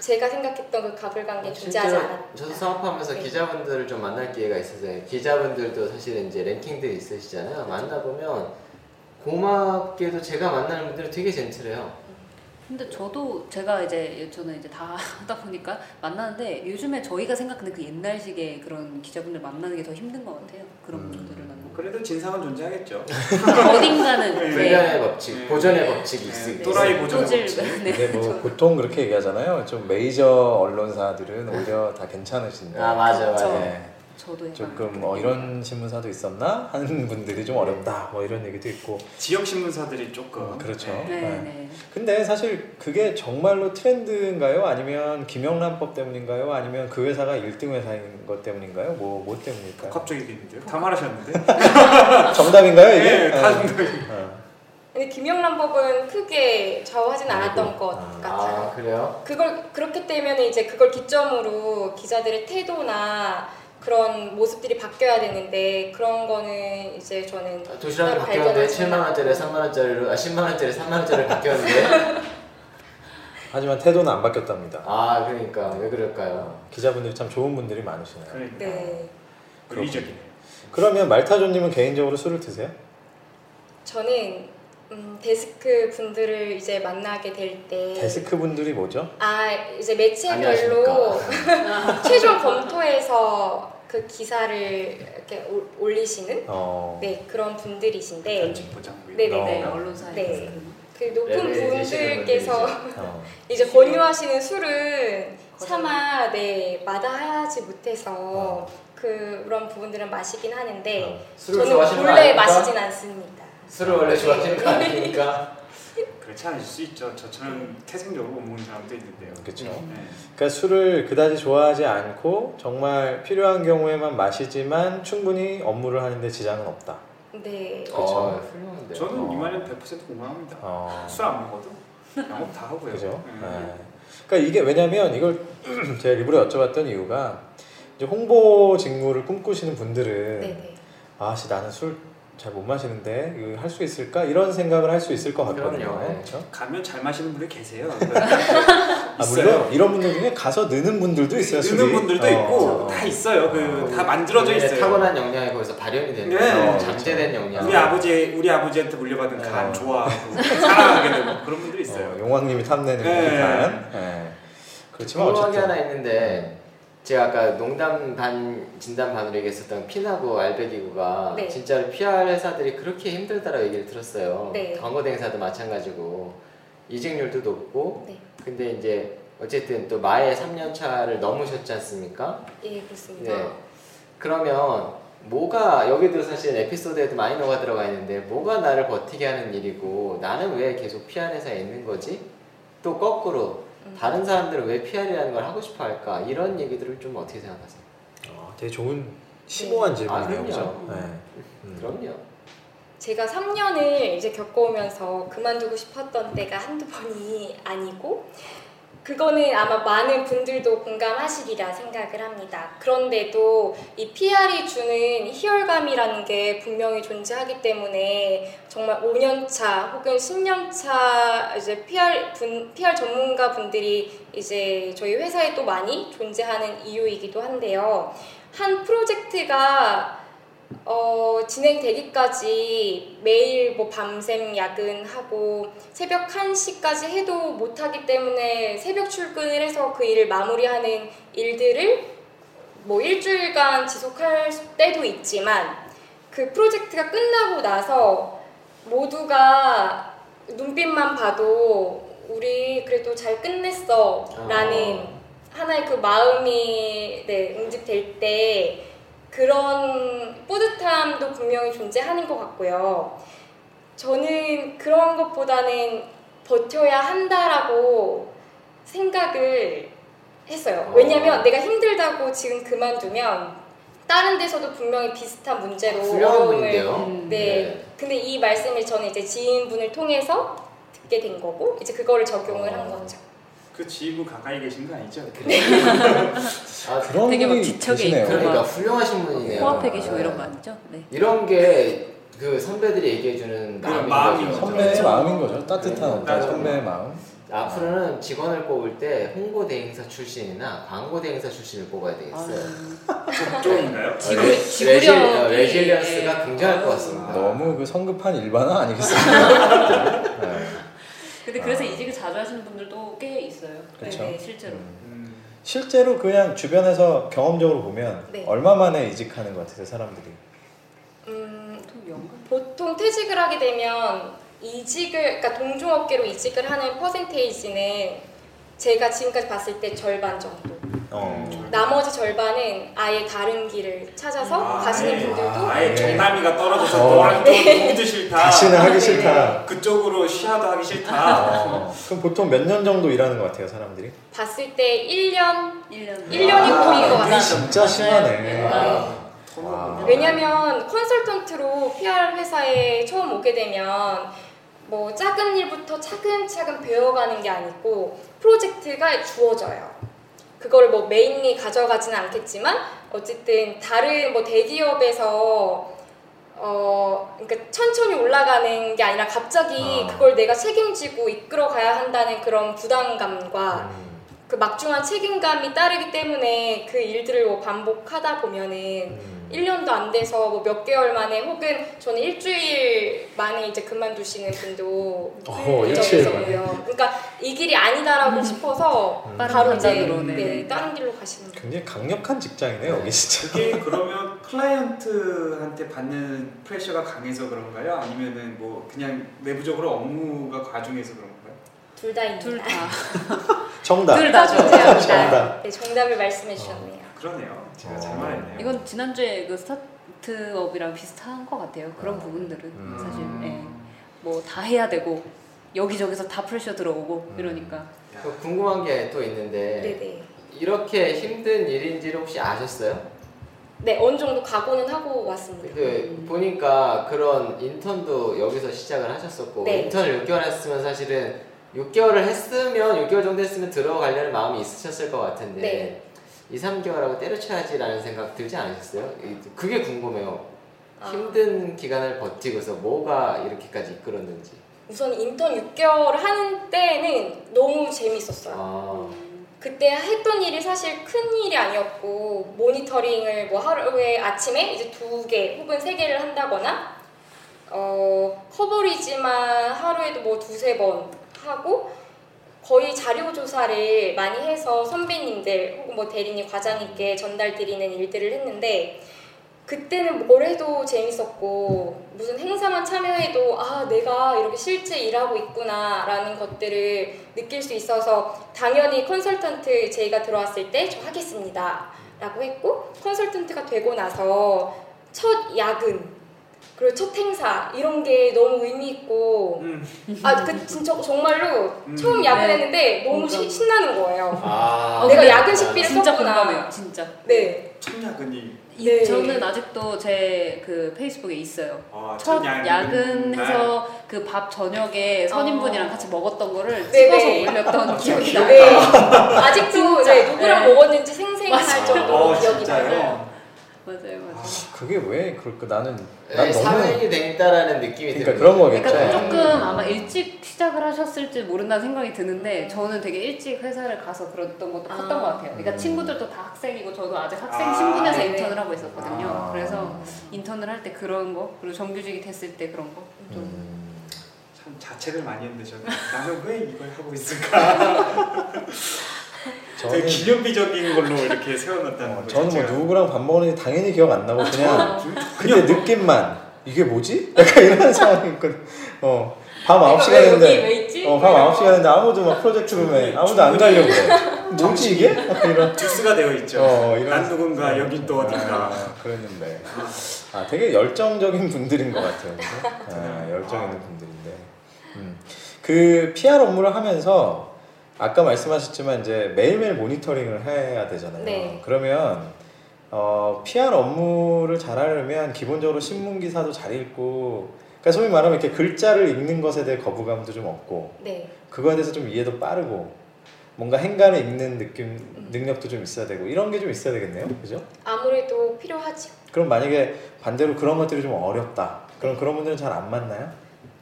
Speaker 3: 제가 생각했던 그 가불 관계 존재하지
Speaker 4: 실제로
Speaker 3: 않았다.
Speaker 4: 저도 사업하면서
Speaker 3: 네.
Speaker 4: 기자분들을 좀 만날 기회가 있었어요. 기자분들도 사실은 이제 랭킹들이 있으시잖아요. 만나보면 고맙게도 제가 만나는 분들은 되게 젠틀해요.
Speaker 5: 근데 저도 제가 이제 저는 이제 다 (laughs) 하다 보니까 만나는데 요즘에 저희가 생각하는 그 옛날식의 그런 기자분들 만나는 게 더 힘든 것 같아요. 그런
Speaker 1: 음.
Speaker 5: 분들을 만나는
Speaker 2: 그래도 진상은 존재하겠죠.
Speaker 5: 거. 어딘가는
Speaker 2: 네.
Speaker 5: 네.
Speaker 4: 불변의 법칙,
Speaker 2: 네.
Speaker 4: 보존의 법칙이 있을
Speaker 2: 네.
Speaker 4: 때.
Speaker 2: 또라이 보존의
Speaker 5: 소질-
Speaker 2: 법칙.
Speaker 5: 네.
Speaker 1: 근데
Speaker 5: (laughs)
Speaker 1: 뭐 보통 그렇게 얘기하잖아요. 좀 메이저 언론사들은 오히려 다 괜찮으신데.
Speaker 4: 아 맞아 맞아.
Speaker 5: 그렇죠.
Speaker 1: 네.
Speaker 5: 저도 약간
Speaker 1: 조금 어, 이런 신문사도 있었나 하는 분들이 좀 어렵다 뭐 이런 얘기도 있고
Speaker 2: 지역 신문사들이 조금
Speaker 1: 어, 그렇죠.
Speaker 2: 네.
Speaker 1: 네.
Speaker 5: 네, 네.
Speaker 1: 근데 사실 그게 정말로 트렌드인가요? 아니면 김영란법 때문인가요? 아니면 그 회사가 1등 회사인 것 때문인가요? 뭐, 뭐 때문일까요?
Speaker 2: 복합적인 게 있는데요. 다 말하셨는데.
Speaker 1: (laughs) 정답인가요 이게?
Speaker 2: 네, 다
Speaker 1: 어.
Speaker 2: 정답이.
Speaker 1: 어.
Speaker 3: 근데 김영란 법은 크게 좌우하진 않았던
Speaker 1: 아이고.
Speaker 3: 것
Speaker 1: 아.
Speaker 3: 같아요.
Speaker 4: 네. 아 그래요?
Speaker 3: 그걸 그렇게 되면 이제 그걸 기점으로 기자들의 태도나 그런 모습들이 바뀌어야 되는데 그런 거는 이제 저는
Speaker 4: 도시락이
Speaker 3: 따로
Speaker 4: 아, 바뀌었는데
Speaker 3: 발견하지
Speaker 4: 7만 원짜리 3만 원짜리로 아 10만 원짜리 3만
Speaker 3: (laughs)
Speaker 4: 원짜리 바뀌었는데
Speaker 1: 하지만 태도는 안 바뀌었답니다.
Speaker 4: 아 그러니까 왜 그럴까요?
Speaker 1: 기자분들이 참 좋은 분들이 많으시네요.
Speaker 2: 그러니까
Speaker 3: 네
Speaker 2: 의리적이네요.
Speaker 1: 그러면 말타조님은 개인적으로 술을 드세요?
Speaker 3: 저는 음, 데스크 분들을 이제 만나게 될때아 아,
Speaker 1: 데스크 분들이 뭐죠?
Speaker 3: 이제 매체별로 최종 검토해서 그 기사를 이렇게 올- 올리시는
Speaker 1: 어,
Speaker 3: 네 그런 분들이신데
Speaker 4: 그렇죠.
Speaker 2: 전직 보장.
Speaker 3: 네,
Speaker 1: 어.
Speaker 5: 네, 네, 언론사에
Speaker 3: 네.
Speaker 5: 데스크는.
Speaker 3: 그 높은
Speaker 4: 레벨 네, 되시는
Speaker 3: 분들께서
Speaker 4: 네,
Speaker 1: 어.
Speaker 3: 이제 권유하시는 술은 차마 네 마다하지 못해서 그런 부분들은 마시긴 하는데
Speaker 1: 어.
Speaker 4: 어. 술을
Speaker 3: 저는
Speaker 4: 좋아하시는 거
Speaker 3: 원래
Speaker 4: 아닙니까?
Speaker 3: 마시진 않습니다.
Speaker 4: 술을 원래 좋아하시는 거
Speaker 3: (laughs)
Speaker 4: 아닙니까?
Speaker 2: 그렇지 않을 수 있죠. 저처럼 태생적으로 못 먹는 사람도 있는데요.
Speaker 1: 그렇죠.
Speaker 2: 네.
Speaker 1: 그러니까 술을 그다지 좋아하지 않고 정말 필요한 경우에만 마시지만 충분히 업무를 하는데 지장은 없다.
Speaker 3: 네.
Speaker 4: 어 훌륭한데.
Speaker 2: 저는
Speaker 1: 어.
Speaker 2: 이 말은 100% 공감합니다.
Speaker 1: 어.
Speaker 2: 술 안 먹어도 영업 다 하고요.
Speaker 1: 그죠?
Speaker 2: 네.
Speaker 1: 네. 그러니까 이게 왜냐면 이걸 (clears throat) 제가 일부러 여쭤봤던 이유가 이제 홍보 직무를 꿈꾸시는 분들은
Speaker 3: 네네.
Speaker 1: 아씨 나는 술 잘 못 마시는데 이거 할 수 있을까 이런 생각을 할 수 있을 것 같거든요.
Speaker 4: 그럼요.
Speaker 1: 그렇죠?
Speaker 2: 가면 잘 마시는 분이
Speaker 1: (laughs)
Speaker 2: 계세요. 네.
Speaker 1: 아, 물론 이런 분들 중에 가서 느는 분들도 있어요. 술이.
Speaker 2: 쓰는 분들도
Speaker 1: 어,
Speaker 2: 있고
Speaker 1: 어.
Speaker 2: 다 있어요. 그
Speaker 1: 어.
Speaker 2: 다 만들어져
Speaker 4: 우리의
Speaker 2: 있어요.
Speaker 4: 타고난 영향이 거기서 발현이 되는
Speaker 2: 네.
Speaker 4: 거예요.
Speaker 1: 어,
Speaker 4: 잠재된 영향.
Speaker 2: 우리 아버지 우리 아버지한테 물려받은
Speaker 1: 네.
Speaker 2: 간 좋아하고 사랑하게 되고 그런
Speaker 1: 어,
Speaker 2: 분들이 있어요.
Speaker 1: 용왕님이 탐내는
Speaker 2: 네.
Speaker 1: 그간 네. 그렇지만
Speaker 4: 궁금한 게
Speaker 1: 어쨌든
Speaker 4: 하나 있는데 제가 아까 농담 반 진담 반으로 얘기했었던 피나고 알베기구가
Speaker 3: 네.
Speaker 4: 진짜로 PR 회사들이 그렇게 힘들다라고 얘기를 들었어요.
Speaker 3: 네.
Speaker 4: 광고 대행사도 마찬가지고 이직률도 높고
Speaker 3: 네.
Speaker 4: 근데 이제 어쨌든 또 마의 3년 차를 넘으셨지 않습니까?
Speaker 3: 예 그렇습니다.
Speaker 4: 네. 그러면 뭐가 여기도 사실 에피소드에도 많이 녹아 들어가 있는데 뭐가 나를 버티게 하는 일이고 나는 왜 계속 PR 회사에 있는 거지? 또 거꾸로
Speaker 3: 음.
Speaker 4: 다른 사람들은 왜 PR이라는 걸 하고 싶어 할까? 이런 얘기들을 좀 어떻게 생각하세요?
Speaker 1: 어, 되게 좋은 심오한 질문이에요.
Speaker 4: 아,
Speaker 1: 그죠?
Speaker 4: 그럼요.
Speaker 1: 네. 음.
Speaker 4: 그럼요.
Speaker 3: 제가 3년을 이제 겪어오면서 그만두고 싶었던 때가 한두 번이 아니고 그거는 아마 많은 분들도 공감하시리라 생각을 합니다. 그런데도 이 PR이 주는 희열감이라는 게 분명히 존재하기 때문에 정말 5년차 혹은 10년차 이제 PR 분 PR 전문가 분들이 이제 저희 회사에 또 많이 존재하는 이유이기도 한데요. 한 프로젝트가 어, 진행되기까지 매일 뭐 밤샘 야근하고 새벽 1시까지 해도 못하기 때문에 새벽 출근을 해서 그 일을 마무리하는 일들을 뭐 일주일간 지속할 때도 있지만 그 프로젝트가 끝나고 나서 모두가 눈빛만 봐도 우리 그래도 잘 끝냈어 라는
Speaker 4: 아.
Speaker 3: 하나의 그 마음이 네, 응집될 때 그런 뿌듯함도 분명히 존재하는 것 같고요. 저는 그런 것보다는 버텨야 한다라고 생각을 했어요.
Speaker 4: 어.
Speaker 3: 왜냐면 내가 힘들다고 지금 그만두면 다른 데서도 분명히 비슷한 문제로
Speaker 4: 훌륭한
Speaker 3: 네, 어려움을
Speaker 4: 분인데요.
Speaker 5: 음,
Speaker 3: 네. 근데 이 말씀을 저는 이제 지인분을 통해서 듣게 된 거고 이제 그거를 적용을
Speaker 4: 어.
Speaker 3: 한 거죠.
Speaker 2: 그 지인분 가까이 계신 거 아니죠?
Speaker 4: 아,
Speaker 1: 그런
Speaker 5: 되게 막
Speaker 1: 분이
Speaker 5: 지쳐
Speaker 1: 계시네요.
Speaker 5: 계시고.
Speaker 4: 그러니까 훌륭하신 분이네요.
Speaker 5: 코앞에 계시고 이런 거 아니죠? 네.
Speaker 4: 이런 게 그 선배들이 얘기해주는
Speaker 2: 그런 마음인
Speaker 4: 마음인 거죠.
Speaker 2: 거죠.
Speaker 1: 선배의
Speaker 3: 그렇죠.
Speaker 1: 마음인 거죠. 따뜻한
Speaker 4: 네,
Speaker 1: 어떤 선배의 마음.
Speaker 5: 아.
Speaker 4: 앞으로는 직원을 뽑을 때 홍보 대행사 출신이나 광고 대행사 출신을 뽑아야 되겠어요.
Speaker 5: 아,
Speaker 2: 쪽인가요?
Speaker 5: 지구-
Speaker 4: 레-
Speaker 5: 지구력이- 아.
Speaker 4: 레질- 어, 레질리언스가 굉장할 것 같습니다.
Speaker 1: 너무 그 성급한 일반화 (laughs) 아니겠습니까? 네.
Speaker 5: 근데 그래서 이직을 자주 하시는 분들도 꽤 있어요.
Speaker 1: 그쵸.
Speaker 5: 네, 네, 실제로.
Speaker 1: 음.
Speaker 2: 음,
Speaker 1: 실제로 그냥 주변에서 경험적으로 보면
Speaker 3: 네.
Speaker 1: 얼마 만에 이직하는 것 같아요 사람들이.
Speaker 3: 음,
Speaker 5: 보통 연간
Speaker 3: 보통 퇴직을 하게 되면 이직을 그러니까 동종업계로 이직을 하는 퍼센테이지는 제가 지금까지 봤을 때 절반 정도.
Speaker 1: 어.
Speaker 3: 나머지 절반은 아예 다른 길을 찾아서 어, 가시는
Speaker 2: 음, 아예,
Speaker 3: 분들도
Speaker 2: 아예 정남이가 떨어져서
Speaker 1: 네. 어.
Speaker 2: 너랑 또 누구도
Speaker 4: 아,
Speaker 2: 싫다.
Speaker 1: 다시는 하기
Speaker 3: 네.
Speaker 1: 싫다.
Speaker 2: 그쪽으로 시야도 하기 싫다.
Speaker 1: 어. 그럼 보통 몇 년 정도 일하는 것 같아요, 사람들이?
Speaker 3: 봤을 때 1년
Speaker 5: 1년.
Speaker 3: 일 년이
Speaker 2: 아,
Speaker 3: 보인 것 같아요.
Speaker 1: 진짜 심하네.
Speaker 2: 아,
Speaker 1: 아.
Speaker 3: 왜냐면 컨설턴트로 PR 회사에 처음 오게 되면 뭐 작은 일부터 차근차근 배워가는 게 아니고 프로젝트가 주어져요. 그걸 뭐 메인이 가져가지는 않겠지만 어쨌든 다른 뭐 대기업에서 어 그러니까 천천히 올라가는 게 아니라 갑자기
Speaker 1: 아.
Speaker 3: 그걸 내가 책임지고 이끌어 가야 한다는 그런 부담감과
Speaker 4: 음.
Speaker 3: 그 막중한 책임감이 따르기 때문에 그 일들을 뭐 반복하다 보면은
Speaker 4: 음.
Speaker 3: 1년도 안 돼서 뭐 몇 개월 만에 혹은 저는 일주일 만에 이제 그만두시는 분도
Speaker 1: 어,
Speaker 3: 본 적이
Speaker 1: 일주일
Speaker 3: 있었고요. 그러니까 이 길이 아니다라고 싶어서
Speaker 1: 음.
Speaker 3: 바로 이제
Speaker 5: 판단으로, 네.
Speaker 3: 네, 다른 길로 가시는 거예요.
Speaker 1: 굉장히 강력한 직장이네요, 여기 진짜.
Speaker 2: 그게 그러면 클라이언트한테 받는 프레셔가 강해서 그런가요? 아니면은 뭐 그냥 내부적으로 업무가 과중해서 그런가요?
Speaker 3: 둘 다입니다.
Speaker 5: 둘 다.
Speaker 1: 정답.
Speaker 5: 둘 다.
Speaker 3: 존재합니다.
Speaker 1: 정답. 아.
Speaker 3: 네, 정답을 말씀해 주셨네요.
Speaker 2: 그러네요. 제가
Speaker 1: 어.
Speaker 2: 잘 말했네요.
Speaker 5: 이건 지난주에 그 스타트업이랑 비슷한 것 같아요. 그런
Speaker 1: 아.
Speaker 5: 부분들은
Speaker 1: 음.
Speaker 5: 사실 뭐 다 해야 되고 여기저기서 다 프레셔 들어오고
Speaker 1: 음.
Speaker 5: 이러니까
Speaker 2: 야,
Speaker 4: 저그 궁금한 게 또 있는데
Speaker 3: 네, 네.
Speaker 4: 이렇게 힘든 일인지를 혹시 아셨어요?
Speaker 3: 네, 어느 정도 각오는 하고 왔습니다.
Speaker 4: 그
Speaker 5: 음.
Speaker 4: 보니까 그런 인턴도 여기서 시작을 하셨었고
Speaker 3: 네.
Speaker 4: 인턴을 6개월 했으면 사실은 6개월을 했으면 6개월 정도 했으면 들어가려는 마음이 있으셨을 것 같은데
Speaker 3: 네.
Speaker 4: 2, 3개월하고 때려쳐야지라는 생각 들지 않으셨어요? 이- 그게 궁금해요.
Speaker 3: 아.
Speaker 4: 힘든 기간을 버티고서 뭐가 이렇게까지 이끌었는지.
Speaker 3: 우선 인턴 6개월 하는 때는 너무 재밌었어요.
Speaker 4: 아,
Speaker 3: 그때 했던 일이 사실 큰 일이 아니었고 모니터링을 뭐 하루에 아침에 이제 두 개 혹은 세 개를 한다거나 어 커버리지만 하루에도 뭐 두세 번 하고 거의 자료 조사를 많이 해서 선배님들 혹은 뭐 대리님 과장님께 전달 드리는 일들을 했는데 그때는 뭘 해도 재밌었고 무슨 행사만 참여해도 아 내가 이렇게 실제 일하고 있구나라는 것들을 느낄 수 있어서 당연히 컨설턴트 제의가 들어왔을 때 저 하겠습니다 라고 했고 컨설턴트가 되고 나서 첫 야근 그리고 첫 행사 이런 게 너무 의미 있고
Speaker 2: 음.
Speaker 3: 아 그 진짜 정말로
Speaker 2: 음.
Speaker 3: 처음
Speaker 5: 네.
Speaker 3: 야근했는데 너무
Speaker 5: 공감.
Speaker 3: 시- 신나는 거예요
Speaker 4: 아.
Speaker 3: 내가 야근 식비를
Speaker 5: 진짜
Speaker 3: 썼구나.
Speaker 5: 공감해요. 진짜.
Speaker 3: 네
Speaker 2: 첫 야근이
Speaker 5: 이-
Speaker 3: 네.
Speaker 5: 저는 아직도 제 그 페이스북에 있어요.
Speaker 2: 아,
Speaker 5: 첫
Speaker 2: 야근 날.
Speaker 5: 야근해서 그 밥 저녁에 선인분이랑
Speaker 3: 어.
Speaker 5: 같이 먹었던 거를
Speaker 3: 네,
Speaker 5: 찍어서
Speaker 3: 네.
Speaker 5: 올렸던 기억이 나요.
Speaker 3: 네. (laughs) 아직도
Speaker 5: 진짜.
Speaker 3: 네, 누구랑
Speaker 5: 네.
Speaker 3: 먹었는지 생생할
Speaker 5: 맞아요.
Speaker 3: 정도로
Speaker 2: 어,
Speaker 3: 기억이 나요
Speaker 2: 진짜요?
Speaker 5: 맞아요, 맞아요.
Speaker 1: 그게 왜 그럴까? 나는 난
Speaker 4: 네,
Speaker 1: 너무
Speaker 4: 사회인이 됐다라는 느낌이
Speaker 1: 그러니까
Speaker 4: 드는
Speaker 1: 그런 거겠죠.
Speaker 5: 그러니까
Speaker 1: 네.
Speaker 5: 조금 아마 일찍 시작을 하셨을지 모른다는 생각이 드는데 저는 되게 일찍 회사를 가서 그랬던 것도
Speaker 3: 아.
Speaker 5: 컸던 것 같아요. 그러니까
Speaker 1: 음.
Speaker 5: 친구들도 다 학생이고 저도 아직 학생
Speaker 2: 아,
Speaker 5: 신분에서
Speaker 3: 네네.
Speaker 5: 인턴을 하고 있었거든요.
Speaker 1: 아.
Speaker 5: 그래서 인턴을 할 때 그런 거 그리고 정규직이 됐을 때 그런 거 좀.
Speaker 1: 음.
Speaker 2: 참 자책을 많이 했는데 저는 나는 왜 이걸 하고 있을까? (laughs) 되게
Speaker 1: 저는
Speaker 2: 기념비적인 걸로 이렇게 세워놨다는
Speaker 1: 어,
Speaker 2: 거죠.
Speaker 1: 저는 뭐
Speaker 2: 제가.
Speaker 1: 누구랑 밥 먹었는지 당연히 기억 안 나고 그냥
Speaker 2: 좀
Speaker 1: 그때 느낌만 이게 뭐지? 약간 이런 상황이거든. 어. 밤 9시가 됐는데
Speaker 3: 있지?
Speaker 1: 어, 밤 9시가 됐는데 아무도 막 프로젝트 룸에 아무도 안 가려고 그래. 뭐지 이게? 약간 이런
Speaker 2: 주스가 되어 있죠.
Speaker 1: 어, 이런
Speaker 2: 난 누군가 여기 또 어딘가.
Speaker 1: 아, 그랬는데. 아, 되게 열정적인 분들인 것 같아요. 그죠? 아,
Speaker 2: 네.
Speaker 1: 열정 있는 분들인데. 음. 그 PR 업무를 하면서 아까 말씀하셨지만 이제 매일매일 모니터링을 해야 되잖아요.
Speaker 3: 네.
Speaker 1: 그러면 어, PR 업무를 잘하려면 기본적으로 신문 기사도 잘 읽고 그러니까 소위 말하면 이렇게 글자를 읽는 것에 대해 거부감도 좀 없고
Speaker 3: 네
Speaker 1: 그거에 대해서 좀 이해도 빠르고 뭔가 행간을 읽는 느낌 능력도 좀 있어야 되고 이런 게 좀 있어야 되겠네요. 그죠?
Speaker 3: 아무래도 필요하지
Speaker 1: 그럼 만약에 반대로 그런 것들이 좀 어렵다. 그럼 그런 분들은 잘 안 만나요?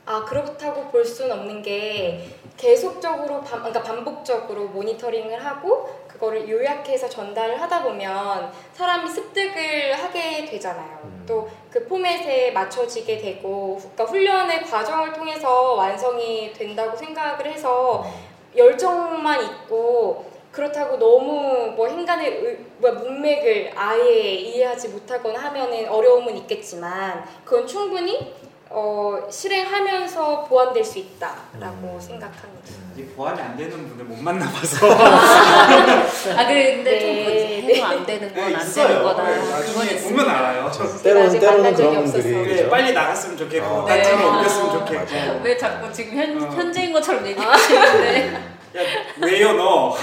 Speaker 3: 아 그렇다고 볼 수는 없는 게 계속적으로 반, 그러니까 반복적으로 모니터링을 하고 그거를 요약해서 전달을 하다 보면 사람이 습득을 하게 되잖아요.
Speaker 1: 음.
Speaker 3: 또 그 포맷에 맞춰지게 되고 그러니까 훈련의 과정을 통해서 완성이 된다고 생각을 해서 열정만 있고 그렇다고 너무 뭐 행간의 의- 뭐야, 문맥을 아예 이해하지 못하거나 하면은 어려움은 있겠지만 그건 충분히 어, 실행하면서 보완될 수 있다라고
Speaker 1: 음.
Speaker 3: 생각합니다.
Speaker 2: 이 보완이 안 되는 분을 못 만나봐서
Speaker 5: 아 그래 근데 좀
Speaker 3: 네,
Speaker 5: 그거지.
Speaker 3: 네.
Speaker 5: 해도 안 되는 건 안
Speaker 2: 있어요.
Speaker 5: 되는 거다.
Speaker 2: 네,
Speaker 5: 그건
Speaker 2: 나중에
Speaker 5: 있어.
Speaker 2: 보면 그 알아요.
Speaker 3: 아직
Speaker 1: 때로는 때로는
Speaker 3: 만난 적이
Speaker 1: 그런 분들이
Speaker 3: 없어서.
Speaker 2: 네,
Speaker 1: 그죠?
Speaker 2: 빨리 나갔으면 좋겠고
Speaker 1: 그렇죠. 어.
Speaker 2: 딴 팀에
Speaker 5: 네.
Speaker 2: 옮겼으면 좋겠고
Speaker 1: 맞아요.
Speaker 5: 왜 자꾸 지금 현,
Speaker 2: 어.
Speaker 5: 현재인 것처럼 얘기하시는데
Speaker 2: 야 왜요 너?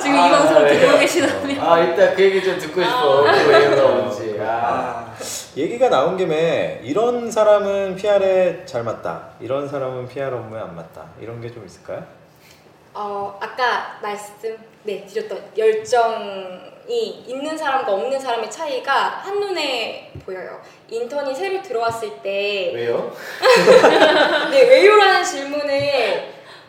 Speaker 5: 지금
Speaker 4: 아,
Speaker 5: 이 방송을
Speaker 4: 네.
Speaker 5: 듣고 계시다면
Speaker 4: 아 이따 그 얘기 좀 듣고 싶어.
Speaker 3: 아.
Speaker 4: 왜 이러는지. 아.
Speaker 2: 아,
Speaker 1: 얘기가 나온 김에 이런 사람은 PR에 잘 맞다. 이런 사람은 PR 업무에 안 맞다. 이런 게 좀 있을까요?
Speaker 3: 어, 아까 말씀 네, 드렸던 열정이 있는 사람과 없는 사람의 차이가 한눈에 보여요. 인턴이 새로 들어왔을 때
Speaker 4: 왜요?
Speaker 3: 네, 왜요라는 질문을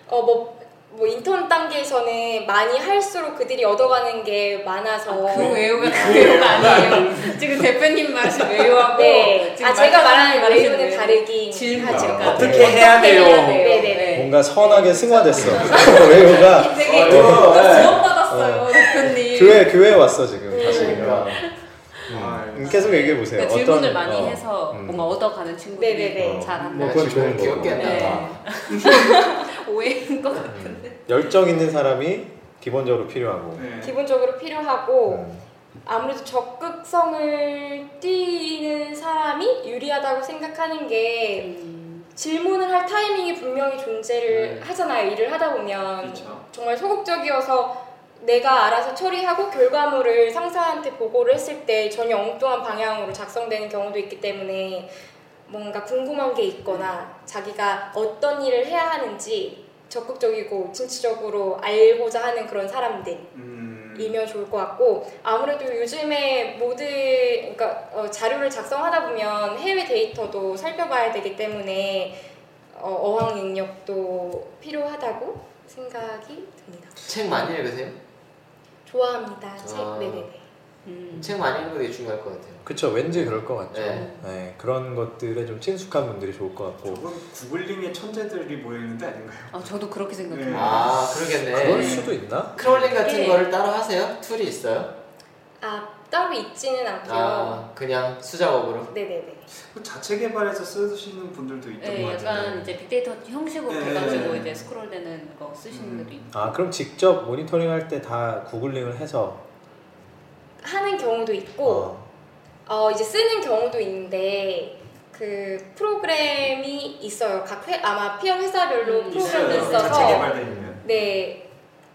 Speaker 3: 어, 뭐, 뭐 인턴 단계에서는 많이 할수록 그들이 얻어가는 게 많아서
Speaker 2: 네.
Speaker 5: 그 외우가 그 외우가 아니에요. 지금 대표님 말이 외우하고
Speaker 3: 네. 아, 제가 말하는
Speaker 5: 말하시는
Speaker 3: 외유는
Speaker 5: 외우.
Speaker 3: 다르긴
Speaker 5: 질문.
Speaker 3: 하죠.
Speaker 5: 아,
Speaker 2: 어떻게
Speaker 1: 네.
Speaker 2: 해야 돼요?
Speaker 3: 네네네.
Speaker 1: 뭔가 선하게 승화됐어. (laughs) 외우가
Speaker 5: 되게
Speaker 1: 어,
Speaker 4: 네.
Speaker 5: 주목받았어요 대표님.
Speaker 1: 교회 교회에 왔어 지금 다시.
Speaker 4: 그러니까.
Speaker 1: 음, 계속 얘기해 보세요.
Speaker 5: 그러니까 질문을 많이
Speaker 2: 어.
Speaker 5: 해서
Speaker 1: 음.
Speaker 5: 뭔가 얻어가는 친구들이
Speaker 3: 네네네.
Speaker 5: 잘한다.
Speaker 4: 아,
Speaker 1: 뭐 그건 좋은 거고.
Speaker 4: 귀엽게 했나 봐.
Speaker 5: 네.
Speaker 2: 네.
Speaker 5: 오해인 것 같은데.
Speaker 1: 음. 열정 있는 사람이 기본적으로 필요하고.
Speaker 2: 네.
Speaker 3: 기본적으로 필요하고
Speaker 1: 음,
Speaker 3: 아무래도 적극성을 띠는 사람이 유리하다고 생각하는 게
Speaker 5: 음.
Speaker 3: 질문을 할 타이밍이 분명히 존재를
Speaker 4: 네.
Speaker 3: 하잖아요. 일을 하다 보면
Speaker 2: 그렇죠.
Speaker 3: 정말 소극적이어서 내가 알아서 처리하고 결과물을 상사한테 보고를 했을 때 전혀 엉뚱한 방향으로 작성되는 경우도 있기 때문에 뭔가 궁금한 게 있거나 자기가 어떤 일을 해야 하는지 적극적이고 진취적으로 알고자 하는 그런 사람들
Speaker 2: 음,
Speaker 3: 이면 좋을 것 같고 아무래도 요즘에 모든 그러니까 어, 자료를 작성하다 보면 해외 데이터도 살펴봐야 되기 때문에 어, 어학 능력도 필요하다고 생각이 듭니다.
Speaker 4: 책 많이 읽으세요?
Speaker 3: 좋아합니다. 책
Speaker 4: 아.
Speaker 3: 네네네.
Speaker 5: 음.
Speaker 4: 책 많이 읽는 게 되게 중요할 것 같아요.
Speaker 1: 그쵸 왠지 그럴 것 같죠.
Speaker 4: 네.
Speaker 1: 네, 그런 것들에 좀 친숙한 분들이 좋을 것 같고.
Speaker 2: 저건 구글링의 천재들이 모여있는데 아닌가요?
Speaker 5: 아 저도 그렇게 생각해요.
Speaker 2: 네.
Speaker 4: 아 그러겠네.
Speaker 1: 그럴 수도 있나?
Speaker 4: 크롤링 같은
Speaker 3: 네.
Speaker 4: 거를 따로 하세요? 툴이 있어요?
Speaker 3: 아 따로 있지는 않고요.
Speaker 4: 아 그냥 수작업으로.
Speaker 3: 네네네.
Speaker 2: 그 자체 개발해서 쓰시는 분들도 있던
Speaker 5: 네,
Speaker 2: 것 같아요.
Speaker 5: 약간 이제 빅데이터 형식으로
Speaker 2: 네.
Speaker 5: 해가지고 이제 스크롤되는 거 쓰시는
Speaker 2: 음.
Speaker 5: 분도 있고.
Speaker 1: 아 그럼 직접 모니터링할 때 다 구글링을 해서.
Speaker 3: 하는 경우도 있고
Speaker 1: 어,
Speaker 3: 어, 이제 쓰는 경우도 있는데. 그 프로그램이 있어요. 각 회, 아마 피어 회사별로
Speaker 5: 음,
Speaker 3: 프로그램이
Speaker 5: 있어요.
Speaker 3: 있어서
Speaker 2: 자체 개발돼 있는.
Speaker 3: 네.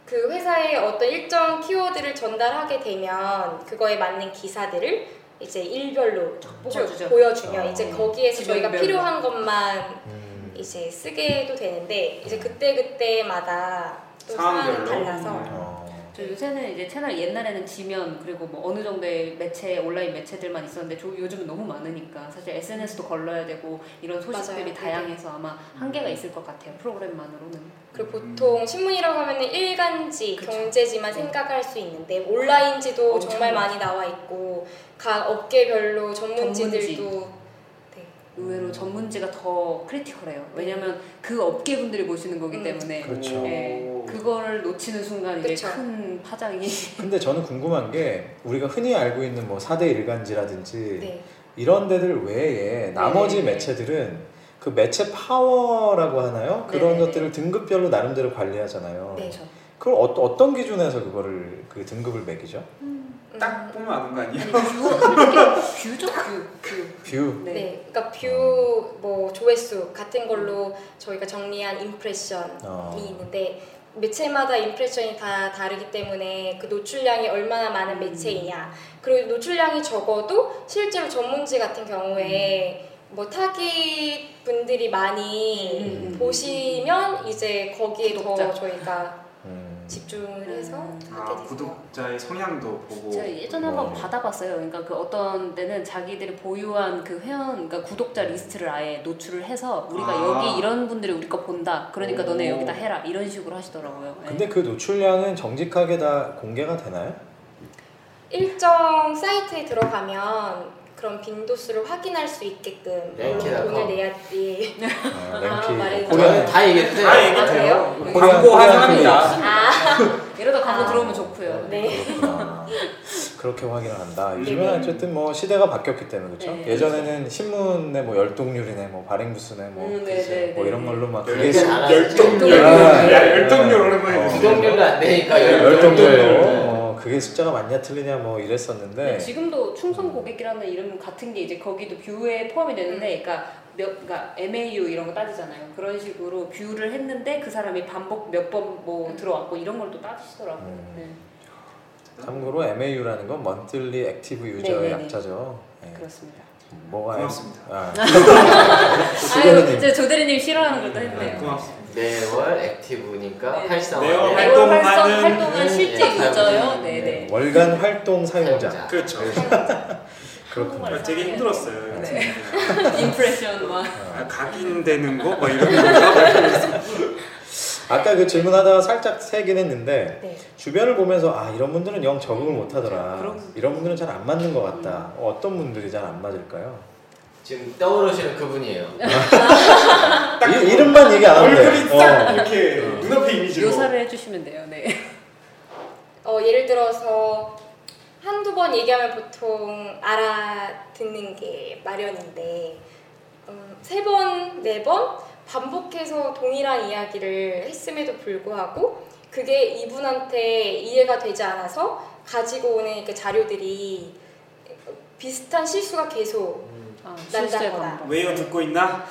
Speaker 3: 그 회사의 어떤 일정 키워드를 전달하게 되면 그거에 맞는 기사들을 이제 일별로 쭉
Speaker 5: 뽑아주죠.
Speaker 3: 보여주면
Speaker 1: 아.
Speaker 3: 이제 거기에서 저희가
Speaker 5: 지명별로.
Speaker 3: 필요한 것만
Speaker 1: 음,
Speaker 3: 이제 쓰게 해도 되는데 이제 그때 그때마다 또 상황이
Speaker 2: 상황별로?
Speaker 3: 달라서
Speaker 2: 음.
Speaker 1: 어,
Speaker 5: 저 요새는 이제 채널 옛날에는 지면 그리고 뭐 어느 정도의 매체 온라인 매체들만 있었는데 저 요즘은 너무 많으니까 사실 SNS도 걸러야 되고 이런 소식들이
Speaker 3: 맞아요.
Speaker 5: 다양해서 아마 한계가 있을 것 같아요 프로그램만으로는.
Speaker 3: 그리고 보통 신문이라고 하면 일간지,
Speaker 5: 그쵸.
Speaker 3: 경제지만 생각할 수 있는데 온라인지도
Speaker 5: 엄청
Speaker 3: 정말
Speaker 5: 많아.
Speaker 3: 많이 나와 있고 각 업계별로 전문지들도 네.
Speaker 5: 의외로 전문지가 더 크리티컬해요. 왜냐면 그 업계 분들이 보시는 거기
Speaker 3: 음.
Speaker 5: 때문에
Speaker 1: 그렇죠.
Speaker 3: 네,
Speaker 5: 예, 그거를 놓치는 순간 이제
Speaker 3: 그쵸. 네.
Speaker 5: 큰 파장이
Speaker 1: 근데 저는 궁금한 게 우리가 흔히 알고 있는 뭐 4대 일간지라든지
Speaker 3: 네.
Speaker 1: 이런 데들 외에 나머지
Speaker 5: 네.
Speaker 1: 매체들은 그 매체 파워라고 하나요? 그런
Speaker 5: 네.
Speaker 1: 것들을 등급별로 나름대로 관리하잖아요.
Speaker 3: 네.
Speaker 5: 그렇죠.
Speaker 1: 그걸 어, 어떤 기준에서 그거를 그 등급을 매기죠?
Speaker 2: 딱 보면 아는 거 아니에요?
Speaker 5: 아니, 뷰, 뷰죠 뷰 뷰.
Speaker 1: 뷰.
Speaker 5: 네.
Speaker 3: 네, 그러니까 뷰 뭐 조회수 같은 걸로 저희가 정리한 임프레션이
Speaker 1: 어.
Speaker 3: 있는데 네. 매체마다 임프레션이 다 다르기 때문에 그 노출량이 얼마나 많은 매체이냐 그리고 노출량이 적어도 실제로 전문지 같은 경우에 뭐 타깃 분들이 많이
Speaker 5: 음, 음.
Speaker 3: 보시면 이제 거기에
Speaker 5: 구독자.
Speaker 3: 더 저희가
Speaker 1: 음.
Speaker 3: 집중을 해서
Speaker 5: 음.
Speaker 2: 아,
Speaker 3: 하게 되죠.
Speaker 2: 구독자의 성향도 보고
Speaker 5: 제가 예전에 한번 받아봤어요. 그러니까 그 어떤 데는 자기들이 보유한 그 회원, 그러니까 구독자 리스트를 아예 노출을 해서 우리가
Speaker 2: 아.
Speaker 5: 여기 이런 분들이 우리 거 본다. 그러니까
Speaker 2: 오.
Speaker 5: 너네 여기다 해라. 이런 식으로 하시더라고요. 예.
Speaker 1: 근데 그 노출량은 정직하게 다 공개가 되나요?
Speaker 3: 일정 사이트에 들어가면 그런 빈도수를 확인할 수 있게끔
Speaker 5: 네.
Speaker 3: 물론
Speaker 4: 랭키닷컴.
Speaker 3: 돈을 내야지 예.
Speaker 5: 아,
Speaker 1: 어,
Speaker 3: 말해줘.
Speaker 1: 코리안-
Speaker 4: 저는 다 얘기해도 돼요.
Speaker 2: 다 얘기해도
Speaker 3: 아,
Speaker 2: 돼요. 네. 아,
Speaker 3: 돼요?
Speaker 1: 코리안-
Speaker 2: 광고
Speaker 1: 코리안
Speaker 2: 환영합니다.
Speaker 1: 클릭.
Speaker 5: 이러다 광고
Speaker 3: 아.
Speaker 5: 네. 들어오면 좋고요.
Speaker 3: 네.
Speaker 1: 그렇구나. 그렇게 확인을 한다. 요즘은
Speaker 3: 네.
Speaker 1: 어쨌든 뭐 시대가 바뀌었기 때문에 그렇죠.
Speaker 5: 네.
Speaker 1: 예전에는 신문에 뭐 열동률이네, 뭐 발행부수네, 뭐,
Speaker 5: 음, 네, 네,
Speaker 1: 뭐
Speaker 5: 네,
Speaker 1: 이런
Speaker 5: 네.
Speaker 1: 걸로 막
Speaker 4: 열-
Speaker 1: 그게
Speaker 4: 열-
Speaker 1: 수-
Speaker 2: 열동률.
Speaker 1: 열-
Speaker 2: 야, 뭐
Speaker 1: 열-
Speaker 2: 열동률
Speaker 1: 열- 네.
Speaker 2: 오랜만에
Speaker 1: 어.
Speaker 2: 듣는다.
Speaker 4: 구독률도 안 되니까
Speaker 1: 열동률.
Speaker 4: 열동률.
Speaker 1: 어, 그게 숫자가 맞냐 틀리냐 뭐 이랬었는데
Speaker 5: 네, 지금도 충성 고객이라는 이름 같은 게 이제 거기도 뷰에 포함이
Speaker 1: 음.
Speaker 5: 되는데, 그러니까 몇, 그러니까 MAU 이런 거 따지잖아요. 그런 식으로 뷰를 했는데 그 사람이 반복 몇 번 뭐 들어왔고 이런 걸 또 따지시더라고요.
Speaker 1: 음.
Speaker 5: 네,
Speaker 1: 참고로 MAU라는 건 Monthly Active User의
Speaker 5: 네, 네, 네.
Speaker 1: 약자죠. 예.
Speaker 5: 그렇습니다.
Speaker 1: 뭐가
Speaker 2: 고맙습니다.
Speaker 5: (laughs)
Speaker 1: 아,
Speaker 5: 아유, 이제 조 대리님 싫어하는 걸또 했네요.
Speaker 2: 고맙습니다.
Speaker 4: 매월 액티브니까
Speaker 5: 네.
Speaker 4: 8
Speaker 2: 매월
Speaker 4: 월
Speaker 5: 매월 활성
Speaker 2: 활동하는
Speaker 5: 활동한
Speaker 4: 그
Speaker 5: 실제
Speaker 4: 사용자.
Speaker 5: 유저요.
Speaker 4: 네.
Speaker 5: (laughs) 네네.
Speaker 1: 월간 활동 사용자.
Speaker 4: 사용자.
Speaker 2: 그렇죠. 아,
Speaker 1: 그렇군요.
Speaker 5: 한국말
Speaker 2: 되게 힘들었어요.
Speaker 5: 네.
Speaker 2: 진짜.
Speaker 5: 인프레션 막.
Speaker 2: 아, 각인되는 거? 막 이런
Speaker 3: (laughs)
Speaker 2: 거.
Speaker 1: 아까 그 질문하다가 살짝 세긴 했는데
Speaker 3: 네.
Speaker 1: 주변을 보면서 아 이런 분들은 영 적응을 못하더라.
Speaker 5: 그럼-
Speaker 1: 이런 분들은 잘 안 맞는 것 같다.
Speaker 3: 음.
Speaker 1: 어떤 분들이 잘 안 맞을까요?
Speaker 4: 지금 떠오르시는 그분이에요.
Speaker 2: 딱그
Speaker 1: 이, 이름만 얘기 안 하면
Speaker 2: 얼굴이 딱
Speaker 1: 돼. 어.
Speaker 2: 이렇게 눈앞에 이미지로.
Speaker 5: 묘사를 해주시면 돼요. 네.
Speaker 3: 어, 예를 들어서 한두 번 얘기하면 보통 알아듣는 게 마련인데 음, 세 번, 네 번 반복해서 동일한 이야기를 했음에도 불구하고 그게 이분한테 이해가 되지 않아서 가지고 오는 이렇게 자료들이 비슷한 실수가 계속
Speaker 5: 아,
Speaker 3: 난다.
Speaker 5: 실제 반복.
Speaker 2: 왜요 듣고 있나?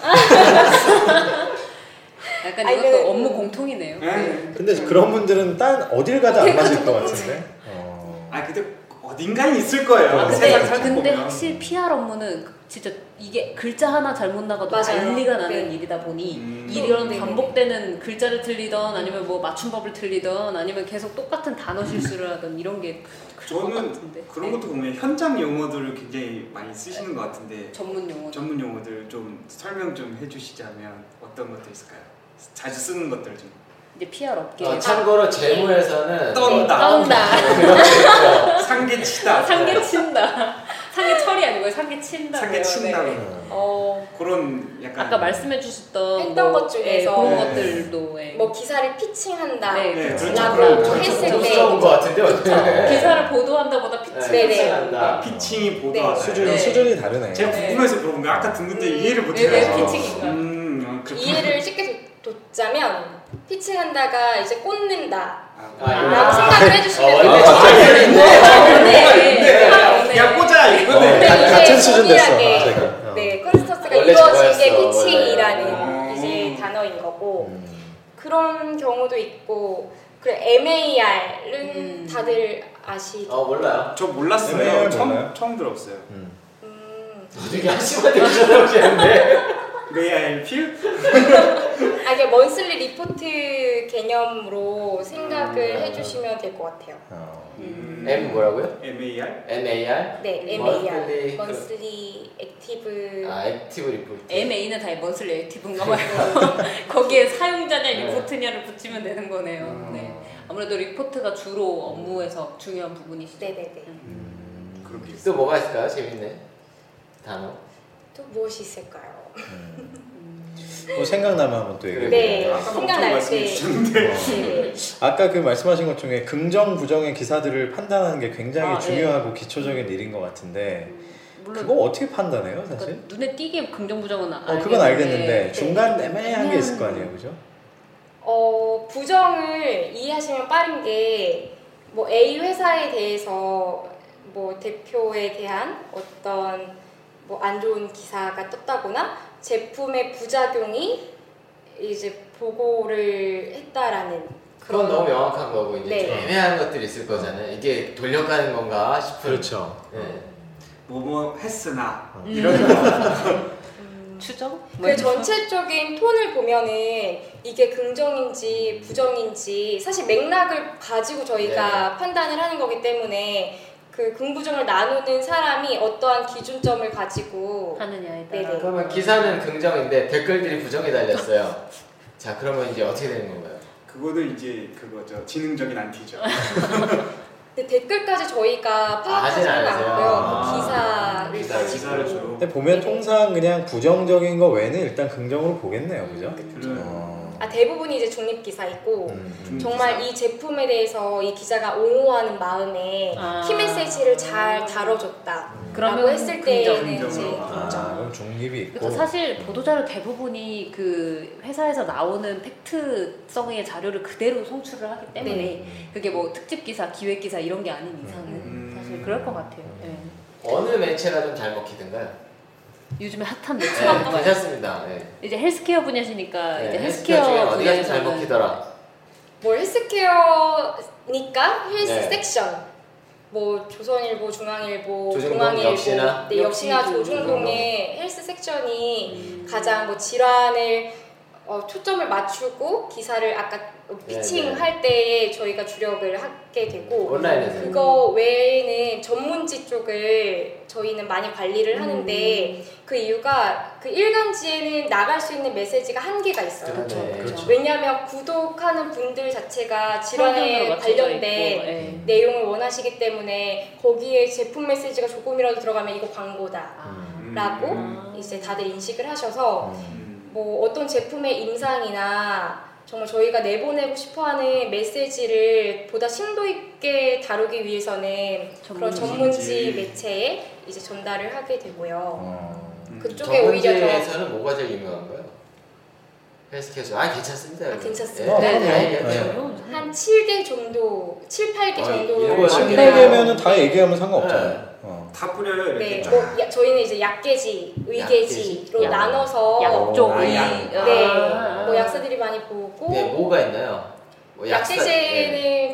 Speaker 5: 약간
Speaker 3: 아니,
Speaker 5: 이것도
Speaker 3: 그-
Speaker 5: 업무 공통이네요. 네.
Speaker 1: 근데 그런 분들은 딴 어딜 가도 안 맞을 것 같은데. 어.
Speaker 2: 아 근데 어딘가에 있을 거예요.
Speaker 1: 아,
Speaker 5: 근데,
Speaker 2: 세상 살짝
Speaker 5: 네. 근데
Speaker 2: 보면.
Speaker 5: 확실히 PR 업무는 진짜 이게 글자 하나 잘못 나가도
Speaker 3: 맞아요.
Speaker 5: 난리가 나는
Speaker 3: 네.
Speaker 5: 일이다 보니
Speaker 2: 음.
Speaker 5: 이런
Speaker 3: 네, 음. 네, 네.
Speaker 5: 반복되는 글자를 틀리던 아니면 뭐 맞춤법을 틀리던 아니면 계속 똑같은 단어 실수를 하던 이런 게클것 같은데
Speaker 2: 저는 그런 것도 보면 현장 용어들을 굉장히 많이 쓰시는 것 같은데
Speaker 5: 네. 전문 용어
Speaker 2: 전문 용어들 좀 설명 좀 해주시자면 어떤 것들 있을까요? 자주 쓰는 것들 좀.
Speaker 5: 이제 PR 업계
Speaker 2: 아,
Speaker 4: 어, 참고로
Speaker 5: 네.
Speaker 4: 재무에서는 어,
Speaker 2: 떤다.
Speaker 5: 떤다
Speaker 2: (laughs) 상계치다.
Speaker 5: 상계 친다 상계 처리 아니고요 상계 친다
Speaker 2: 상계 친다고.
Speaker 5: 어
Speaker 2: 그런 약간
Speaker 5: 아까 말씀해 주셨던 뭐,
Speaker 3: 했던 것 중에서
Speaker 5: 그런
Speaker 2: 네.
Speaker 5: 것들도 예.
Speaker 3: 뭐 기사를 피칭한다
Speaker 5: 네,
Speaker 2: 네, 그렇죠.
Speaker 3: 라고
Speaker 2: 그런
Speaker 4: 좀-
Speaker 3: 했을
Speaker 4: 좀
Speaker 3: 때
Speaker 4: 써온 것 같은데 어떻게?
Speaker 5: 기사를 보도한다보다 피치
Speaker 3: 네, 네.
Speaker 4: 한다.
Speaker 2: 아, 피칭이
Speaker 3: 네.
Speaker 2: 보다
Speaker 1: 수준이
Speaker 5: 네.
Speaker 1: 수준이 다르네.
Speaker 2: 제가
Speaker 5: 네.
Speaker 2: 궁금해서 물어본 거야. 아까 듣는 데
Speaker 3: 음,
Speaker 2: 이해를 못
Speaker 5: 네, 네,
Speaker 2: 해가지고.
Speaker 5: 피칭인가?
Speaker 2: 음, 아, 그렇구나.
Speaker 3: 이해를 쉽게 도- 돋자면 피칭한다가 이제 꽂는다
Speaker 4: 아,
Speaker 3: 라고
Speaker 4: 아.
Speaker 3: 생각을
Speaker 4: 어,
Speaker 3: 해주시면
Speaker 4: 원래
Speaker 3: 돼요.
Speaker 4: 정말 있네.
Speaker 2: 근데 야 꽂아
Speaker 1: 어,
Speaker 2: 이거는.
Speaker 3: 네,
Speaker 1: 가- 같은
Speaker 3: 이제
Speaker 1: 수준 됐어.
Speaker 3: 동일하게.
Speaker 1: 갑자기. 어.
Speaker 3: 네, 콘스턴스가
Speaker 4: 원래
Speaker 3: 이루어진 게
Speaker 4: 저거였어,
Speaker 3: 피칭이라는
Speaker 2: 원래.
Speaker 3: 이제
Speaker 2: 음.
Speaker 3: 단어인 거고
Speaker 1: 음.
Speaker 3: 그런 경우도 있고 그래 MAR은
Speaker 5: 음.
Speaker 3: 다들 아시죠?
Speaker 4: 어 몰라요.
Speaker 2: 저
Speaker 1: MAR
Speaker 2: 몰랐어요.
Speaker 1: 몰라요?
Speaker 2: 처음 처음 들었어요.
Speaker 1: 음.
Speaker 3: 음,
Speaker 4: 되게 한심하게 기다려오시는데
Speaker 2: 레알 필?
Speaker 3: 아 이게 먼슬리 리포트 개념으로 생각을
Speaker 1: 음.
Speaker 3: 해주시면 될 것 같아요.
Speaker 1: 어.
Speaker 2: 음.
Speaker 4: M 뭐라고요?
Speaker 2: MAR?
Speaker 4: M A R?
Speaker 3: 네,
Speaker 4: Monthly
Speaker 3: MAR,
Speaker 4: 그-
Speaker 3: 먼슬리
Speaker 5: 네.
Speaker 3: 액티브
Speaker 4: 아 액티브 리포트.
Speaker 5: MA는 다 먼슬리 액티브인가 봐요. (laughs) 거기에 사용자냐
Speaker 4: 네.
Speaker 5: 리포트냐를 붙이면 되는 거네요. 네. 아무래도 리포트가 주로 업무에서 중요한 부분이시죠.
Speaker 3: 네네네.
Speaker 1: 음.
Speaker 2: 그렇게 있어.
Speaker 4: 또 뭐가 있을까요? 재밌네. 단어.
Speaker 3: 또 무엇이 있을까요?
Speaker 1: 음. 뭐 생각나면 한번 또 얘기해. 어.
Speaker 3: 네,
Speaker 1: 볼게요.
Speaker 2: 아까도 엄청
Speaker 3: 생각날
Speaker 2: 말씀해
Speaker 3: 때.
Speaker 2: 주셨는데.
Speaker 3: 네.
Speaker 1: 아까 그 말씀하신 것 중에 긍정 부정의 기사들을 판단하는 게 굉장히
Speaker 5: 아, 네.
Speaker 1: 중요하고 기초적인 일인 것 같은데
Speaker 5: 물론
Speaker 1: 그거 어떻게 판단해요, 사실?
Speaker 5: 그러니까 눈에 띄게 긍정 부정은
Speaker 1: 어, 그건 알겠는데
Speaker 3: 네.
Speaker 1: 중간 애매한 게 있을 거 아니에요, 그죠?
Speaker 3: 어, 부정을 이해하시면 빠른 게 뭐 A 회사에 대해서 뭐 대표에 대한 어떤 뭐 안 좋은 기사가 떴다거나 제품의 부작용이 이제 보고를 했다라는
Speaker 4: 그건 너무 명확한 거고 이제
Speaker 3: 네.
Speaker 4: 좀 애매한 것들이 있을 거잖아요. 이게 돌려가는 건가 싶은.
Speaker 1: 그렇죠.
Speaker 4: 네.
Speaker 2: 뭐뭐 했으나
Speaker 1: 어.
Speaker 2: 이런
Speaker 3: 음,
Speaker 5: 추정? 뭐
Speaker 3: 그
Speaker 5: 이런 거?
Speaker 3: 전체적인 톤을 보면은 이게 긍정인지 부정인지 사실 맥락을 가지고 저희가 판단을 하는 거기 때문에 그 긍부정을 나누는 사람이 어떠한 기준점을 가지고
Speaker 5: 하느냐에
Speaker 3: 네네.
Speaker 5: 따라
Speaker 4: 그러면 기사는 긍정인데 댓글들이 부정이 달렸어요. 자 그러면 이제 어떻게 되는 건가요?
Speaker 2: 그거는 이제 그거죠 지능적인 안티죠.
Speaker 3: 근데 댓글까지 저희가
Speaker 4: 하진
Speaker 3: 파악하지는
Speaker 4: 않으세요?
Speaker 3: 않고요. 그
Speaker 4: 기사,
Speaker 3: 기사를
Speaker 2: 아, 기사를
Speaker 3: 가지고
Speaker 1: 네,
Speaker 2: 주로.
Speaker 1: 근데 보면 통상 그냥 부정적인 거 외에는 일단 긍정으로 보겠네요, 그죠?
Speaker 2: 그런
Speaker 1: 어.
Speaker 3: 아 아, 대부분이 이제 중립 기사이고
Speaker 1: 음.
Speaker 3: 정말 이 제품에 대해서 이 기자가 옹호하는 마음에
Speaker 5: 아.
Speaker 3: 키 메시지를 잘 다뤄줬다.
Speaker 5: 그러면
Speaker 3: 했을
Speaker 5: 긍정.
Speaker 3: 때는 이제
Speaker 2: 긍정으로. 아.
Speaker 1: 자, 아, 그럼 중립이 있고.
Speaker 5: 그렇죠. 사실 보도자료 대부분이 그 회사에서 나오는 팩트성의 자료를 그대로 송출을 하기 때문에
Speaker 1: 음.
Speaker 5: 그게 뭐 특집 기사, 기획 기사 이런 게 아닌 이상은
Speaker 2: 음.
Speaker 5: 사실 그럴 것 같아요. 예.
Speaker 4: 어느 매체가 좀 잘 먹히든가요?
Speaker 5: 요즘에 핫한
Speaker 4: 네,
Speaker 5: 매체가 뭔가요?
Speaker 4: 괜찮습니다. 네.
Speaker 5: 이제 헬스케어 분야시니까
Speaker 4: 네,
Speaker 5: 이제
Speaker 4: 헬스케어 중에
Speaker 5: 헬스케어
Speaker 4: 어디가 좀 잘
Speaker 5: 분야에서는
Speaker 4: 먹히더라.
Speaker 3: 뭐 헬스케어니까 헬스
Speaker 4: 네.
Speaker 3: 섹션. 뭐 조선일보, 중앙일보,
Speaker 4: 조중동
Speaker 3: 동아일보,
Speaker 4: 역시나?
Speaker 3: 네, 역시나
Speaker 5: 역시
Speaker 3: 조중동의 헬스 섹션이
Speaker 4: 음.
Speaker 3: 가장 뭐 질환을 어, 초점을 맞추고 기사를 아까 피칭할 때에 저희가 주력을 하게 되고
Speaker 4: 네, 온라인에서.
Speaker 3: 그거 외에는 전문지 쪽을 저희는 많이 관리를 하는데
Speaker 4: 음.
Speaker 3: 그 이유가 그 일간지에는 나갈 수 있는 메시지가 한계가 있어요.
Speaker 5: 그렇죠.
Speaker 4: 네,
Speaker 5: 그렇죠.
Speaker 3: 왜냐하면 구독하는 분들 자체가
Speaker 5: 성향에
Speaker 3: 질환에
Speaker 5: 맞춰져
Speaker 3: 관련된
Speaker 5: 있고, 예.
Speaker 3: 내용을 원하시기 때문에 거기에 제품 메시지가 조금이라도 들어가면 이거 광고다
Speaker 5: 아.
Speaker 3: 라고
Speaker 5: 음.
Speaker 3: 이제 다들 인식을 하셔서
Speaker 1: 음.
Speaker 3: 뭐 어떤 제품의 임상이나 정말 저희가 내보내고 싶어하는 메시지를 보다 심도 있게 다루기 위해서는 그런
Speaker 5: 전문지.
Speaker 3: 전문지 매체에 이제 전달을 하게 되고요.
Speaker 2: 음.
Speaker 1: 어.
Speaker 3: 그쪽에 오히려 더
Speaker 4: 음, 전문지에서는 뭐가 제일 유명한 거예요? 헬스케어. 아 괜찮습니다.
Speaker 3: 아,
Speaker 4: 여러분.
Speaker 3: 괜찮습니다.
Speaker 4: 네, 네,
Speaker 1: 네,
Speaker 4: 네,
Speaker 1: 네.
Speaker 4: 네.
Speaker 3: 한 7개 정도, 7, 8개
Speaker 4: 아, 네,
Speaker 3: 정도
Speaker 4: 이거야,
Speaker 1: 안
Speaker 3: 네.
Speaker 4: 이게.
Speaker 1: 되면은 다 얘기하면 상관없잖아요. 어.
Speaker 2: 다 뿌려요 이렇게
Speaker 3: 네,
Speaker 2: 쫙.
Speaker 3: 뭐 야- 저희는 이제 약계지, 의계지로
Speaker 5: 약계지.
Speaker 3: 나눠서
Speaker 5: 약쪽
Speaker 1: 아,
Speaker 5: 이-
Speaker 2: 약.
Speaker 5: 아.
Speaker 3: 네, 뭐 약사들이 많이 보고
Speaker 4: 네, 뭐가 있나요? 뭐 약사-
Speaker 3: 약계제는
Speaker 4: 네.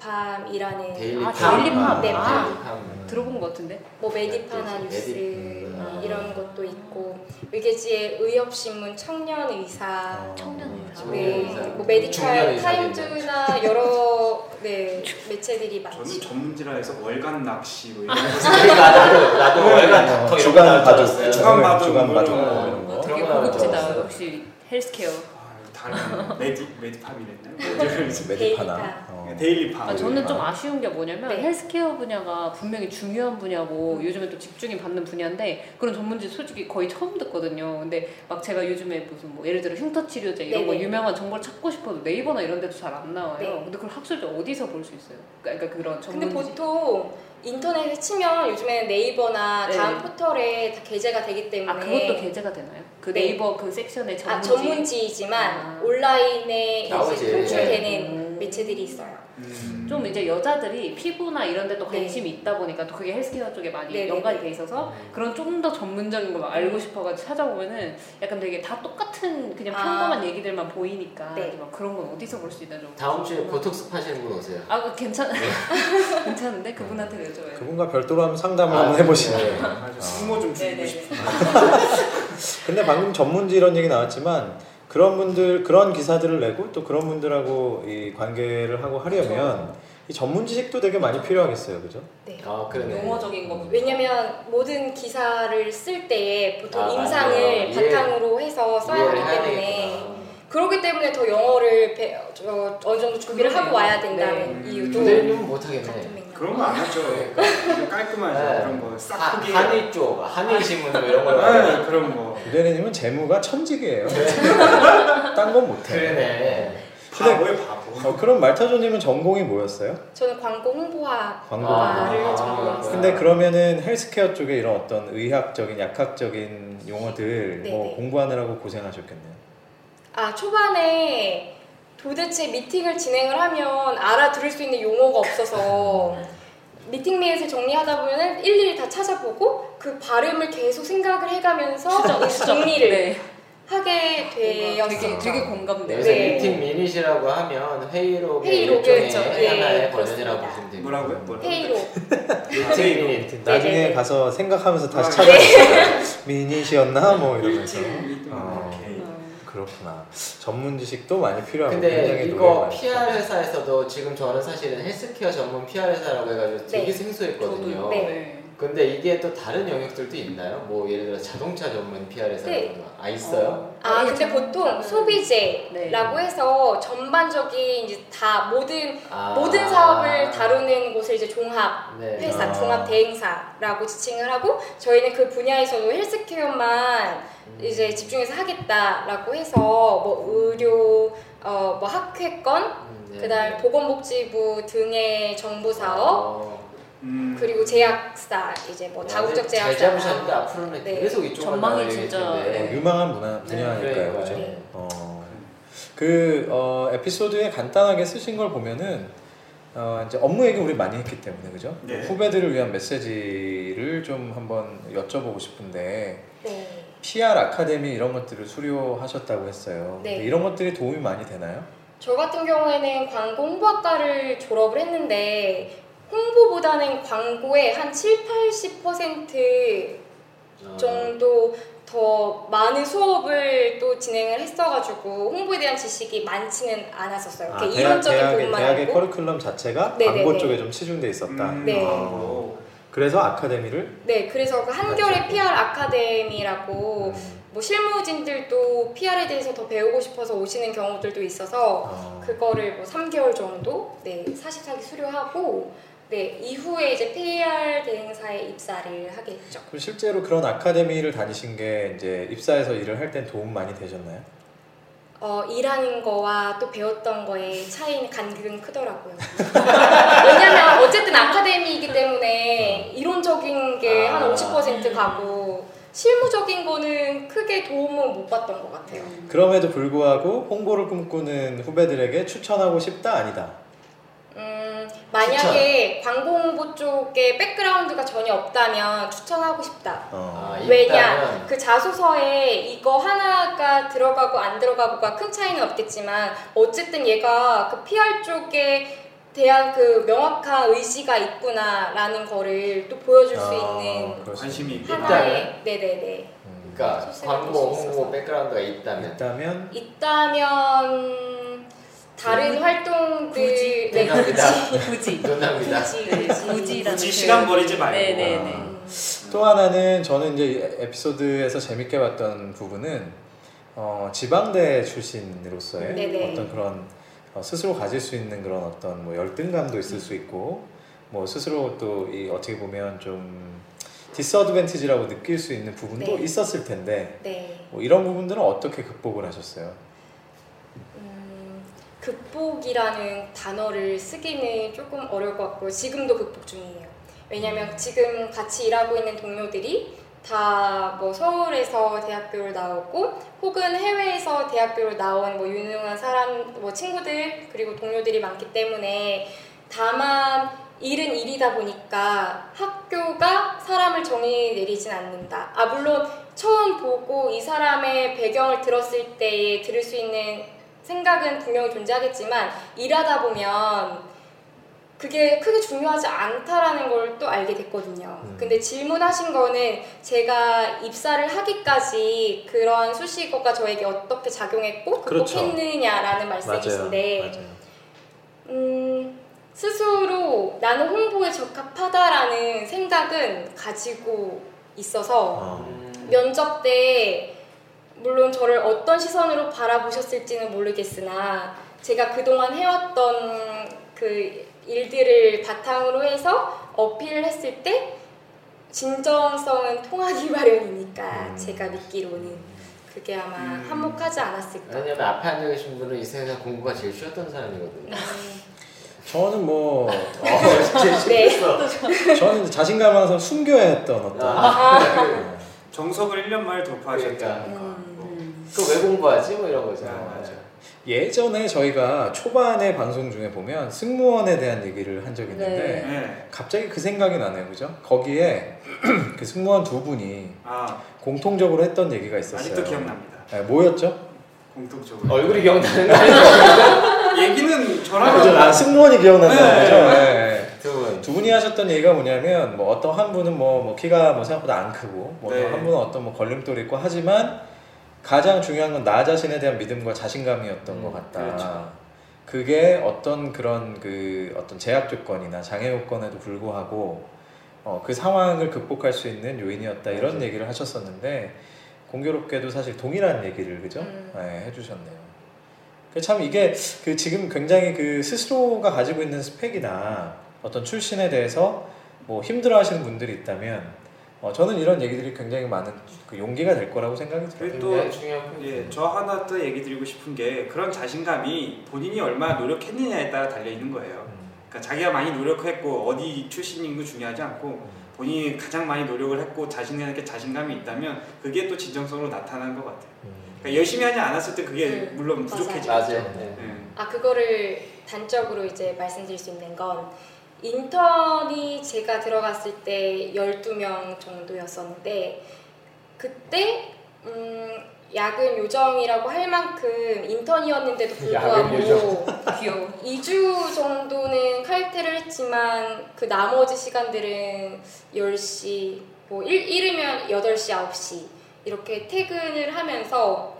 Speaker 3: 데일리팜이라는
Speaker 4: 데일리
Speaker 5: 아,
Speaker 4: 팜.
Speaker 5: 데일리팜.
Speaker 4: 네,
Speaker 5: 아.
Speaker 4: 데일리팜.
Speaker 5: 들어본 것 같은데.
Speaker 3: 뭐 메디파나뉴스
Speaker 4: 메디-
Speaker 5: 음.
Speaker 3: 이런 것도 있고 의계지의 의협신문 아, 청년의사
Speaker 5: 청년 의사.
Speaker 3: 네,
Speaker 4: 청년의사.
Speaker 3: 뭐
Speaker 4: 중년
Speaker 3: 메디컬
Speaker 4: 의사겠네요.
Speaker 3: 타임즈나 여러 네, 매체들이
Speaker 2: 저는
Speaker 3: 많지.
Speaker 2: 전문지라 해서 월간 낚시 뭐 이런
Speaker 3: (laughs)
Speaker 4: 그러니까 나도 나도 월간 닥터 이런 거
Speaker 1: 어. 주간 바둑,
Speaker 4: 알았어요.
Speaker 2: 주간 바둑
Speaker 1: 네, 주간 바둑
Speaker 2: 이런 거.
Speaker 1: 이런 거.
Speaker 5: 되게
Speaker 4: 그런 거
Speaker 5: 고급지다.
Speaker 4: 알아봤어요.
Speaker 5: 혹시 헬스케어.
Speaker 2: 아, 다른 메디
Speaker 1: (laughs)
Speaker 2: 메디팜이랬나요?
Speaker 1: 메디파나. 어.
Speaker 2: 데일리팜.
Speaker 5: 아, 저는 좀 아쉬운 게 뭐냐면
Speaker 3: 네.
Speaker 5: 헬스케어 분야가 분명히 중요한 분야고 요즘에 또 집중이 받는 분야인데 그런 전문지 솔직히 거의 처음 듣거든요. 근데 막 제가 요즘에 무슨 뭐 예를 들어 흉터 치료제 이런 거
Speaker 3: 네네.
Speaker 5: 유명한 정보를 찾고 싶어도 네이버나 이런 데도 잘 안 나와요.
Speaker 3: 네.
Speaker 5: 근데 그걸 학술지 어디서 볼 수 있어요? 그러니까 그런
Speaker 3: 근데
Speaker 5: 전문지.
Speaker 3: 보통 인터넷에 치면 요즘에는 네이버나
Speaker 5: 네.
Speaker 3: 다음 포털에 다 게재가 되기 때문에
Speaker 5: 아 그것도 게재가 되나요? 그
Speaker 3: 네.
Speaker 5: 네이버 그 섹션에 전문지.
Speaker 3: 아, 전문지이지만
Speaker 5: 아.
Speaker 3: 온라인에 이제
Speaker 4: 나오지.
Speaker 3: 통출되는
Speaker 5: 네.
Speaker 3: 매체들이 있어요.
Speaker 2: 음.
Speaker 5: 좀 이제 여자들이 피부나 이런 데또
Speaker 3: 네.
Speaker 5: 관심이 있다 보니까 또 그게 헬스케어 쪽에 많이
Speaker 3: 네네네.
Speaker 5: 연관이 돼 있어서 그런 좀 더 전문적인 거 막 알고 싶어가지고 찾아보면은 약간 되게 다 똑같은 그냥
Speaker 3: 아.
Speaker 5: 평범한 얘기들만 보이니까
Speaker 3: 네.
Speaker 5: 막 그런 건 어디서 볼 수 있나 좀.
Speaker 4: 다음 주에 보톡스 파시는 분 오세요.
Speaker 5: 아 그거 괜찮 (laughs) 괜찮은데 그분한테 여쭤봐요.
Speaker 1: 그분과 별도로 한번 상담을
Speaker 4: 아,
Speaker 1: 한번 해보시는.
Speaker 4: 네.
Speaker 2: 아주 승모 좀 줄이고
Speaker 5: 네네네.
Speaker 2: 싶어.
Speaker 1: 근데 방금 전문지 이런 얘기 나왔지만 그런 분들 그런 기사들을 내고 또 그런 분들하고 이 관계를 하고 하려면 이 전문지식도 되게 많이 필요하겠어요, 그죠?
Speaker 3: 네.
Speaker 4: 아 그러네.
Speaker 5: 용어적인 거. (laughs)
Speaker 3: 왜냐면 모든 기사를 쓸 때 보통
Speaker 4: 아,
Speaker 3: 임상을
Speaker 4: 맞아요.
Speaker 3: 바탕으로 해서 써야
Speaker 4: 이해를
Speaker 3: 하기
Speaker 4: 해야
Speaker 3: 때문에
Speaker 4: 되겠구나.
Speaker 3: 그러기 때문에 더 영어를 배, 저, 어느 정도 준비를
Speaker 5: 그러네요.
Speaker 3: 하고 와야 된다는
Speaker 2: 네.
Speaker 3: 이유도
Speaker 4: 조대리님은
Speaker 3: 같은
Speaker 4: 음. 못하겠네.
Speaker 3: 맥락.
Speaker 2: (laughs) 그런 거 안 하죠. 그냥 깔끔하죠.
Speaker 4: 네.
Speaker 2: 그런 거.
Speaker 4: 하-
Speaker 2: 싹 포기.
Speaker 4: 한의 쪽, 한의 신문 뭐 이런 걸. 봐요.
Speaker 2: 네, 그런 거.
Speaker 1: 유대리님은 재무가 천직이에요.
Speaker 2: (laughs)
Speaker 1: 딴 건 못해.
Speaker 4: 그러네.
Speaker 2: 바보에 바보.
Speaker 1: 어, 그럼 말타조님은 전공이 뭐였어요?
Speaker 3: 저는 광고 홍보학
Speaker 1: 광고가.
Speaker 3: 아.
Speaker 1: 근데 그러면은 헬스케어 쪽에 이런 어떤 의학적인, 약학적인 용어들 뭐
Speaker 3: 네네.
Speaker 1: 공부하느라고 고생하셨겠네요.
Speaker 3: 아 초반에 도대체 미팅을 진행을 하면 알아들을 수 있는 용어가 없어서 미팅 메일을 정리하다 보면은 일일이 다 찾아보고 그 발음을 계속 생각을 해가면서 (laughs) 정리를
Speaker 5: 네.
Speaker 3: 하게
Speaker 5: 뭔가 되게
Speaker 3: 되었어요.
Speaker 5: 되게 공감돼요.
Speaker 4: 요새
Speaker 3: 네.
Speaker 4: 미팅 미닛이라고 하면 회의록의
Speaker 3: 회의록을
Speaker 4: 일종의
Speaker 3: 저- 네,
Speaker 4: 하나의 버전이라고
Speaker 3: 그렇습니다.
Speaker 4: 보시면 됩니다. 음.
Speaker 2: 뭐라고요? 뭐라고?
Speaker 3: 페이로
Speaker 4: 미팅 미닛.
Speaker 1: 나중에
Speaker 3: 네네네. 네.
Speaker 1: 가서 생각하면서 다시
Speaker 2: 아,
Speaker 1: 찾아봤어요.
Speaker 3: (laughs)
Speaker 1: 미닛이었나 뭐 이러면서.
Speaker 2: 일팀 일팀
Speaker 1: 어.
Speaker 2: 뭐
Speaker 3: 네.
Speaker 2: 오케이.
Speaker 5: 어.
Speaker 1: 그렇구나. 전문 지식도 많이 필요하고
Speaker 4: 근데
Speaker 1: 굉장히
Speaker 4: 이거
Speaker 1: 노력이
Speaker 2: 네.
Speaker 1: 많이
Speaker 4: PR 회사에서도 지금 저는 사실은 헬스케어 전문 PR 회사라고 해가지고 되게
Speaker 3: 네.
Speaker 4: 생소했거든요.
Speaker 5: 저도 네.
Speaker 4: 근데 이게 또 다른 영역들도 있나요? 뭐 예를 들어 자동차 전문 PR 회사라든가
Speaker 3: 네.
Speaker 4: 아 있어요?
Speaker 5: 있어요.
Speaker 3: 아, 근데 보통 소비재라고
Speaker 5: 네.
Speaker 3: 해서 전반적인 이제 다 모든
Speaker 4: 아.
Speaker 3: 모든 사업을 다루는 곳을 이제 종합
Speaker 4: 네.
Speaker 3: 회사
Speaker 1: 아.
Speaker 3: 종합 대행사라고 지칭을 하고 저희는 그 분야에서도 헬스케어만
Speaker 4: 음.
Speaker 3: 이제 집중해서 하겠다라고 해서 뭐 의료 어 뭐 학회권
Speaker 4: 음, 네.
Speaker 3: 그다음 보건복지부 등의 정보 사업
Speaker 4: 어.
Speaker 2: 음.
Speaker 3: 그리고 제약사 이제 뭐
Speaker 4: 야,
Speaker 3: 다국적
Speaker 4: 근데 잘
Speaker 3: 제약사
Speaker 4: 잡으셨는데 앞으로는
Speaker 3: 네.
Speaker 4: 계속 이쪽
Speaker 5: 전망이 진짜, 네.
Speaker 1: 어, 유망한 문화 분야니까요.
Speaker 4: 그러니까요.
Speaker 1: 그죠?
Speaker 4: 네.
Speaker 1: 어, 그 어, 에피소드에 간단하게 쓰신 걸 보면은 어, 이제 업무 얘기 우리 많이 했기 때문에 그죠?
Speaker 2: 네.
Speaker 1: 후배들을 위한 메시지를 좀 한번 여쭤보고 싶은데
Speaker 3: 네.
Speaker 1: PR 아카데미 이런 것들을 수료하셨다고 했어요.
Speaker 3: 네.
Speaker 1: 근데 이런 것들이 도움이 많이 되나요?
Speaker 3: 저 같은 경우에는 광고 홍보학과를 졸업을 했는데 홍보보다는 광고의 한 7, 80%
Speaker 4: 아.
Speaker 3: 정도 더 많은 수업을 또 진행을 했어가지고 홍보에 대한 지식이 많지는 않았었어요.
Speaker 1: 아,
Speaker 3: 이렇게
Speaker 1: 대학,
Speaker 3: 이론적인
Speaker 1: 대학의,
Speaker 3: 부분만
Speaker 1: 대학의
Speaker 3: 알고.
Speaker 1: 커리큘럼 자체가
Speaker 3: 네네네.
Speaker 1: 광고 쪽에 좀 치중돼 있었다.
Speaker 2: 음,
Speaker 3: 네.
Speaker 1: 어,
Speaker 2: 어.
Speaker 1: 그래서 아카데미를
Speaker 3: 네, 그래서 그 한결의 PR 아카데미라고
Speaker 1: 음,
Speaker 3: 뭐 실무진들도 PR에 대해서 더 배우고 싶어서 오시는 경우들도 있어서
Speaker 1: 어,
Speaker 3: 그거를 뭐 3개월 정도 네 사실상 수료하고 네 이후에 이제 PR 대행사에 입사를 하게 됐죠.
Speaker 1: 그럼 실제로 그런 아카데미를 다니신 게 이제 입사해서 일을 할 땐 도움 많이 되셨나요?
Speaker 3: 어, 일하는 거와 또 배웠던 거의 차이는 간극은 크더라고요. 왜냐면 어쨌든 아카데미이기 때문에 이론적인 게 한
Speaker 4: 아.
Speaker 3: 50% 가고 실무적인 거는 크게 도움을 못 받던 것 같아요.
Speaker 1: 음. 그럼에도 불구하고 홍보를 꿈꾸는 후배들에게 추천하고 싶다 아니다.
Speaker 3: 음, 만약에 광고 홍보 쪽에 백그라운드가 전혀 없다면 추천하고 싶다.
Speaker 1: 어,
Speaker 4: 아, 있다면
Speaker 3: 왜냐 그 자소서에 이거 하나가 들어가고 안 들어가고가 큰 차이는 없겠지만 어쨌든 얘가 그 PR 쪽에 대한 그 명확한 의지가 있구나라는 거를 또 보여줄 수
Speaker 1: 아,
Speaker 3: 있는
Speaker 1: 그렇습니다.
Speaker 2: 관심이 있구나.
Speaker 3: 하나의 네네네
Speaker 1: 음,
Speaker 4: 그러니까
Speaker 3: 소스가
Speaker 4: 광고
Speaker 3: 있어서. 음.
Speaker 4: 홍보 백그라운드가 있다면
Speaker 1: 있다면
Speaker 3: 있다면 다른 활동들
Speaker 5: 굳이?
Speaker 3: 네
Speaker 4: 음, 대단합니다.
Speaker 5: (laughs) 굳이
Speaker 4: 존나입니다.
Speaker 3: (laughs)
Speaker 4: (laughs)
Speaker 5: 굳이
Speaker 2: 굳이 시간 버리지 말고.
Speaker 5: 네네네.
Speaker 3: 아, 음,
Speaker 2: 음.
Speaker 1: 또 하나는 저는 이제 에피소드에서 재밌게 봤던 부분은 어, 지방대 출신으로서의
Speaker 3: 네네.
Speaker 1: 어떤 그런 어, 스스로 가질 수 있는 그런 어떤 뭐 열등감도 있을 수 있고 뭐 스스로 또 이 어떻게 보면 좀 디스어드밴티지라고 느낄 수 있는 부분도
Speaker 3: 네.
Speaker 1: 있었을 텐데
Speaker 3: 네.
Speaker 1: 뭐 이런 부분들은 어떻게 극복을 하셨어요?
Speaker 3: 음, 극복이라는 단어를 쓰기는 조금 어려울 것 같고 지금도 극복 중이에요. 왜냐면 지금 같이 일하고 있는 동료들이 다 뭐 서울에서 대학교를 나오고 혹은 해외에서 대학교를 나온 뭐 유능한 사람 뭐 친구들 그리고 동료들이 많기 때문에 다만 일은 일이다 보니까 학교가 사람을 정의 내리진 않는다. 아 물론 처음 보고 이 사람의 배경을 들었을 때에 들을 수 있는 생각은 분명히 존재하겠지만 일하다 보면 그게 크게 중요하지 않다라는 걸 또 알게 됐거든요.
Speaker 1: 음.
Speaker 3: 근데 질문하신 거는 제가 입사를 하기까지 그런 수식어가 저에게 어떻게 작용했고
Speaker 1: 그렇죠.
Speaker 3: 극복했느냐라는 말씀이신데 음, 스스로 나는 홍보에 적합하다라는 생각은 가지고 있어서
Speaker 1: 어,
Speaker 4: 음.
Speaker 3: 면접 때 물론 저를 어떤 시선으로 바라보셨을지는 모르겠으나 제가 그동안 해왔던 그 일들을 바탕으로 해서 어필을 했을 때 진정성은 통하기 (laughs) 마련이니까
Speaker 1: 음.
Speaker 3: 제가 믿기로는 그게 아마
Speaker 2: 음.
Speaker 3: 한몫하지 않았을까
Speaker 4: 왜냐면 앞에 앉아 계신 분은 이 세상 공부가 제일 쉬웠던
Speaker 3: (laughs)
Speaker 4: 사람이거든요. 어,
Speaker 1: 저는 뭐
Speaker 4: 제일
Speaker 3: 어, 네.
Speaker 4: 쉬웠어.
Speaker 1: 저는 이제 자신감을 항상 숨겨야 했던 어떤
Speaker 4: 아.
Speaker 1: 어,
Speaker 2: 정석을 1년 만에 돌파하셨다.
Speaker 4: 그러니까.
Speaker 2: 뭐.
Speaker 3: 음.
Speaker 4: 그왜 공부하지? 뭐 이런 거죠.
Speaker 2: 아, 맞아.
Speaker 1: 예전에 저희가 초반에 방송 중에 보면 승무원에 대한 얘기를 한 적이 있는데
Speaker 2: 네.
Speaker 1: 갑자기 그 생각이 나네요, 그죠? 거기에 (clears throat) 그 승무원 두 분이
Speaker 2: 아
Speaker 1: 공통적으로 했던 얘기가 있었어요.
Speaker 2: 아직도 기억납니다.
Speaker 1: 네, 뭐였죠?
Speaker 2: 공통적으로.
Speaker 4: 얼굴이 기억나는 거 아니에요?
Speaker 2: 얘기는 저랑
Speaker 1: 그죠? 아 승무원이 기억나는
Speaker 2: 네.
Speaker 1: 거죠. 네.
Speaker 4: 두 분.
Speaker 1: 두 분이 하셨던 얘기가 뭐냐면 뭐 어떤 한 분은 뭐, 뭐 키가 뭐 생각보다 안 크고 뭐
Speaker 2: 네.
Speaker 1: 한 분은 어떤 뭐 걸림돌이 있고 하지만 가장 중요한 건 나 자신에 대한 믿음과 자신감이었던
Speaker 4: 음,
Speaker 1: 것 같다.
Speaker 2: 그렇죠.
Speaker 1: 그게 어떤 그런 그 어떤 제약 조건이나 장애 요건에도 불구하고 어, 그 상황을 극복할 수 있는 요인이었다 이런 얘기를 하셨었는데 공교롭게도 사실 동일한 얘기를 그죠
Speaker 5: 음.
Speaker 1: 네, 해주셨네요. 그참 이게 그 지금 굉장히 그 스스로가 가지고 있는 스펙이나 어떤 출신에 대해서 뭐 힘들어하시는 분들이 있다면 어, 저는 이런 얘기들이 굉장히 많은 그 용기가 될 거라고 생각이 들어요.
Speaker 2: 그리고 또
Speaker 4: 굉장히 중요한 포인트.
Speaker 2: 예, 저 하나 또 얘기 드리고 싶은 게 그런 자신감이 본인이 얼마나 노력했느냐에 따라 달려 있는 거예요.
Speaker 1: 음.
Speaker 2: 그러니까 자기가 많이 노력했고 어디 출신인 건 중요하지 않고 본인이 가장 많이 노력을 했고 자신에게 자신감이 있다면 그게 또 진정성으로 나타나는 것 같아요.
Speaker 1: 음.
Speaker 2: 그러니까 열심히 하지 않았을 때 그게
Speaker 3: 음,
Speaker 2: 물론
Speaker 3: 맞아요.
Speaker 2: 부족해지죠.
Speaker 4: 맞아요. 네.
Speaker 2: 예.
Speaker 3: 아 그거를 단적으로 이제 말씀드릴 수 있는 건 인턴이 제가 들어갔을 때 12명 정도였었는데 그때 음, 야근 요정이라고 할 만큼 인턴이었는데도
Speaker 4: 야근 요정.
Speaker 3: 불구하고
Speaker 5: 귀여워.
Speaker 3: 2주 정도는 칼퇴를 했지만 그 나머지 시간들은 10시, 뭐 일, 이르면 8시, 9시 이렇게 퇴근을 하면서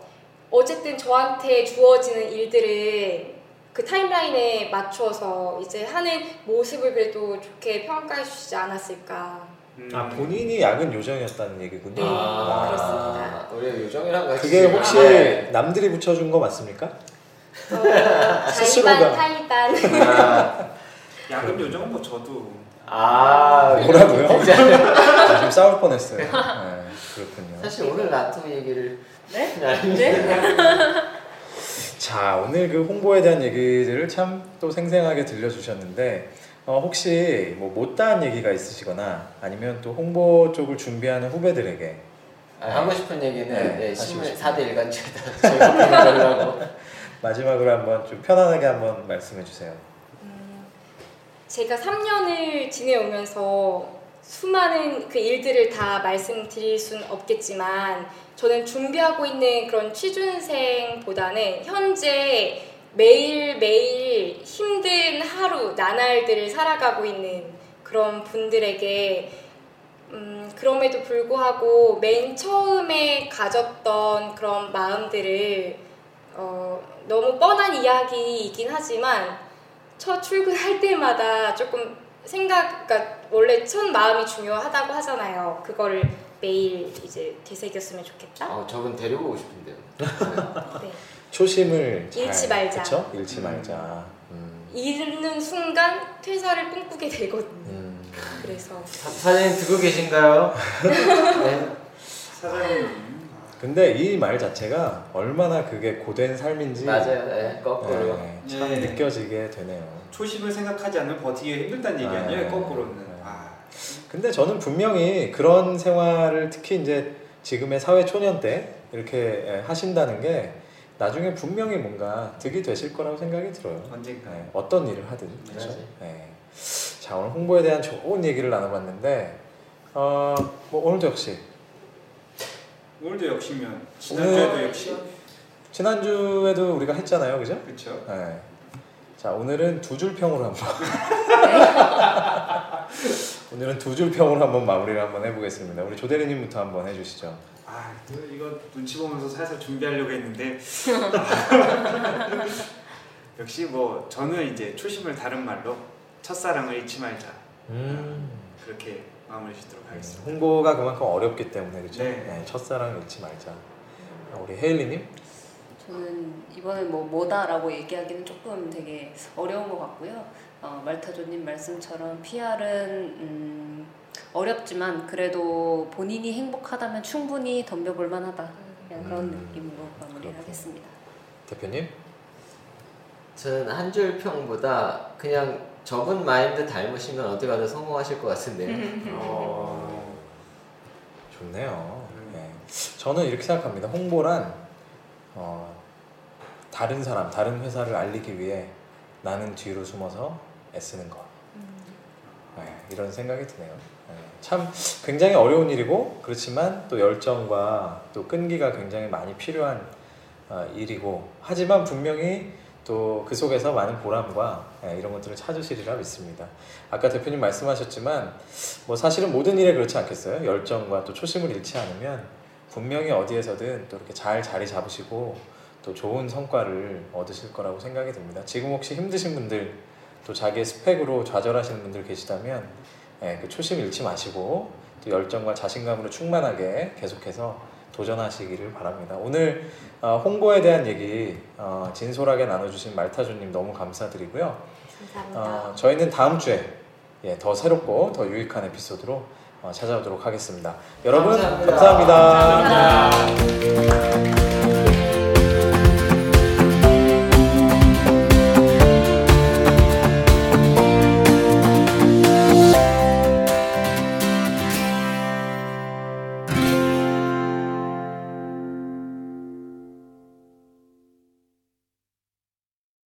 Speaker 3: 어쨌든 저한테 주어지는 일들을 그 타임라인에 맞춰서 이제 하는 모습을 그래도 좋게 평가해 주시지 않았을까.
Speaker 2: 음.
Speaker 1: 아 본인이 야근 요정이었다는 얘기군요.
Speaker 3: 네,
Speaker 1: 아.
Speaker 3: 그렇습니다.
Speaker 4: 우리 요정이랑 같이
Speaker 1: 그게 혹시
Speaker 4: 아, 네.
Speaker 1: 남들이 붙여준 거 맞습니까? (laughs)
Speaker 3: 어,
Speaker 1: 스스로가.
Speaker 3: 자의반 타의반
Speaker 4: 아,
Speaker 2: 야근 요정은 뭐 저도
Speaker 4: 아
Speaker 1: 뭐라고요?
Speaker 4: 진짜.
Speaker 1: (laughs) 아, 좀 싸울 뻔했어요. 네, 그렇군요.
Speaker 4: 사실 오늘 라투 얘기를
Speaker 5: 네?
Speaker 4: 아니,
Speaker 5: 네?
Speaker 1: 자 오늘 그 홍보에 대한 얘기들을 참 또 생생하게 들려주셨는데 어, 혹시 뭐 못다한 얘기가 있으시거나 아니면 또 홍보 쪽을 준비하는 후배들에게
Speaker 4: 아, 하고 싶은 얘기는
Speaker 1: 네,
Speaker 4: 예,
Speaker 1: 하시고
Speaker 4: 신문
Speaker 1: 싶은
Speaker 4: 4대 일간지에다 (laughs) 제보하고
Speaker 1: 마지막으로 한번 좀 편안하게 한번 말씀해 주세요.
Speaker 3: 음, 제가 3년을 지내오면서 수많은 그 일들을 다 말씀드릴 순 없겠지만 저는 준비하고 있는 그런 취준생보다는 현재 매일매일 힘든 하루, 나날들을 살아가고 있는 그런 분들에게 음, 그럼에도 불구하고 맨 처음에 가졌던 그런 마음들을 어, 너무 뻔한 이야기이긴 하지만 첫 출근할 때마다 조금 생각, 그러니까 원래 첫 마음이 중요하다고 하잖아요. 그거를 매일 이제 되새겼으면 좋겠다.
Speaker 4: 어, 저분 데리고 오고 싶은데요
Speaker 3: 네.
Speaker 1: 초심을 잘,
Speaker 3: 잃지 말자.
Speaker 1: 그쵸? 잃지
Speaker 4: 음.
Speaker 1: 말자. 음.
Speaker 3: 잃는 순간 퇴사를 꿈꾸게 되거든요.
Speaker 1: 음.
Speaker 3: 그래서
Speaker 4: 사, 사장님 듣고 계신가요? (laughs) 네.
Speaker 1: 음.
Speaker 2: 사장님 아,
Speaker 1: 근데 이 말 자체가 얼마나 그게 고된 삶인지
Speaker 4: 맞아요 네, 거꾸로
Speaker 1: 네, 참
Speaker 2: 네.
Speaker 1: 느껴지게 되네요.
Speaker 2: 초심을 생각하지 않으면 버티기 힘들다는 얘기 아니에요?
Speaker 1: 아,
Speaker 2: 거꾸로는.
Speaker 1: 네.
Speaker 2: 아,
Speaker 1: 근데 저는 분명히 그런 생활을 특히 이제 지금의 사회 초년 때 이렇게 예, 하신다는 게 나중에 분명히 뭔가 득이 되실 거라고 생각이 들어요.
Speaker 2: 언젠가.
Speaker 1: 예, 어떤 일을 하든
Speaker 2: 네.
Speaker 1: 그렇죠. 예. 자 오늘 홍보에 대한 좋은 얘기를 나눠봤는데 어, 뭐 오늘도 역시
Speaker 2: 오늘도 역시면 지난주에도
Speaker 1: 오늘-
Speaker 2: 역시
Speaker 1: 지난주에도 우리가 했잖아요, 그죠?
Speaker 2: 그렇죠.
Speaker 1: 예. 자 오늘은 두 줄 평으로 한번 오늘은 두 줄 평으로 한번 마무리를 한번 해보겠습니다. 우리 조대리님부터 한번 해주시죠.
Speaker 2: 아, 또 이거 눈치 보면서 살살 준비하려고 했는데 역시 뭐 저는 이제 초심을 다른 말로 첫사랑을 잊지 말자
Speaker 1: 음.
Speaker 2: 그렇게 마무리 짓도록 하겠습니다.
Speaker 1: 홍보가 그만큼 어렵기 때문에 그렇죠.
Speaker 2: 네.
Speaker 1: 첫사랑 잊지 말자. 우리 헤일리님
Speaker 5: 저는 이번엔 뭐 뭐다라고 얘기하기는 조금 되게 어려운 것 같고요. 어, 말타조님 말씀처럼 PR은 음, 어렵지만 그래도 본인이 행복하다면 충분히 덤벼볼 만하다. 그냥 그런
Speaker 1: 음.
Speaker 5: 느낌으로
Speaker 1: 그렇군요.
Speaker 5: 마무리하겠습니다.
Speaker 1: 대표님.
Speaker 4: 저는 한 줄 평보다 그냥 저분 마인드 닮으시면 어디 가도 성공하실 것 같은데요
Speaker 1: 어, 좋네요. 네. 저는 이렇게 생각합니다. 홍보란 어, 다른 사람, 다른 회사를 알리기 위해 나는 뒤로 숨어서 애쓰는 것. 네, 이런 생각이 드네요. 네, 참 굉장히 어려운 일이고 그렇지만 또 열정과 또 끈기가 굉장히 많이 필요한 어, 일이고 하지만 분명히 또 그 속에서 많은 보람과 예, 이런 것들을 찾으시리라 믿습니다. 아까 대표님 말씀하셨지만 뭐 사실은 모든 일에 그렇지 않겠어요? 열정과 또 초심을 잃지 않으면 분명히 어디에서든 또 이렇게 잘 자리 잡으시고 또 좋은 성과를 얻으실 거라고 생각이 듭니다. 지금 혹시 힘드신 분들 또 자기의 스펙으로 좌절하시는 분들 계시다면 예, 그 초심 잃지 마시고 또 열정과 자신감으로 충만하게 계속해서 도전하시기를 바랍니다. 오늘 어, 홍보에 대한 얘기 어, 진솔하게 나눠주신 말타조님 너무 감사드리고요.
Speaker 3: 감사합니다.
Speaker 1: 어, 저희는 다음 주에 예, 더 새롭고 더 유익한 에피소드로 어, 찾아오도록 하겠습니다. 여러분
Speaker 4: 감사합니다.
Speaker 1: 감사합니다.
Speaker 5: 감사합니다.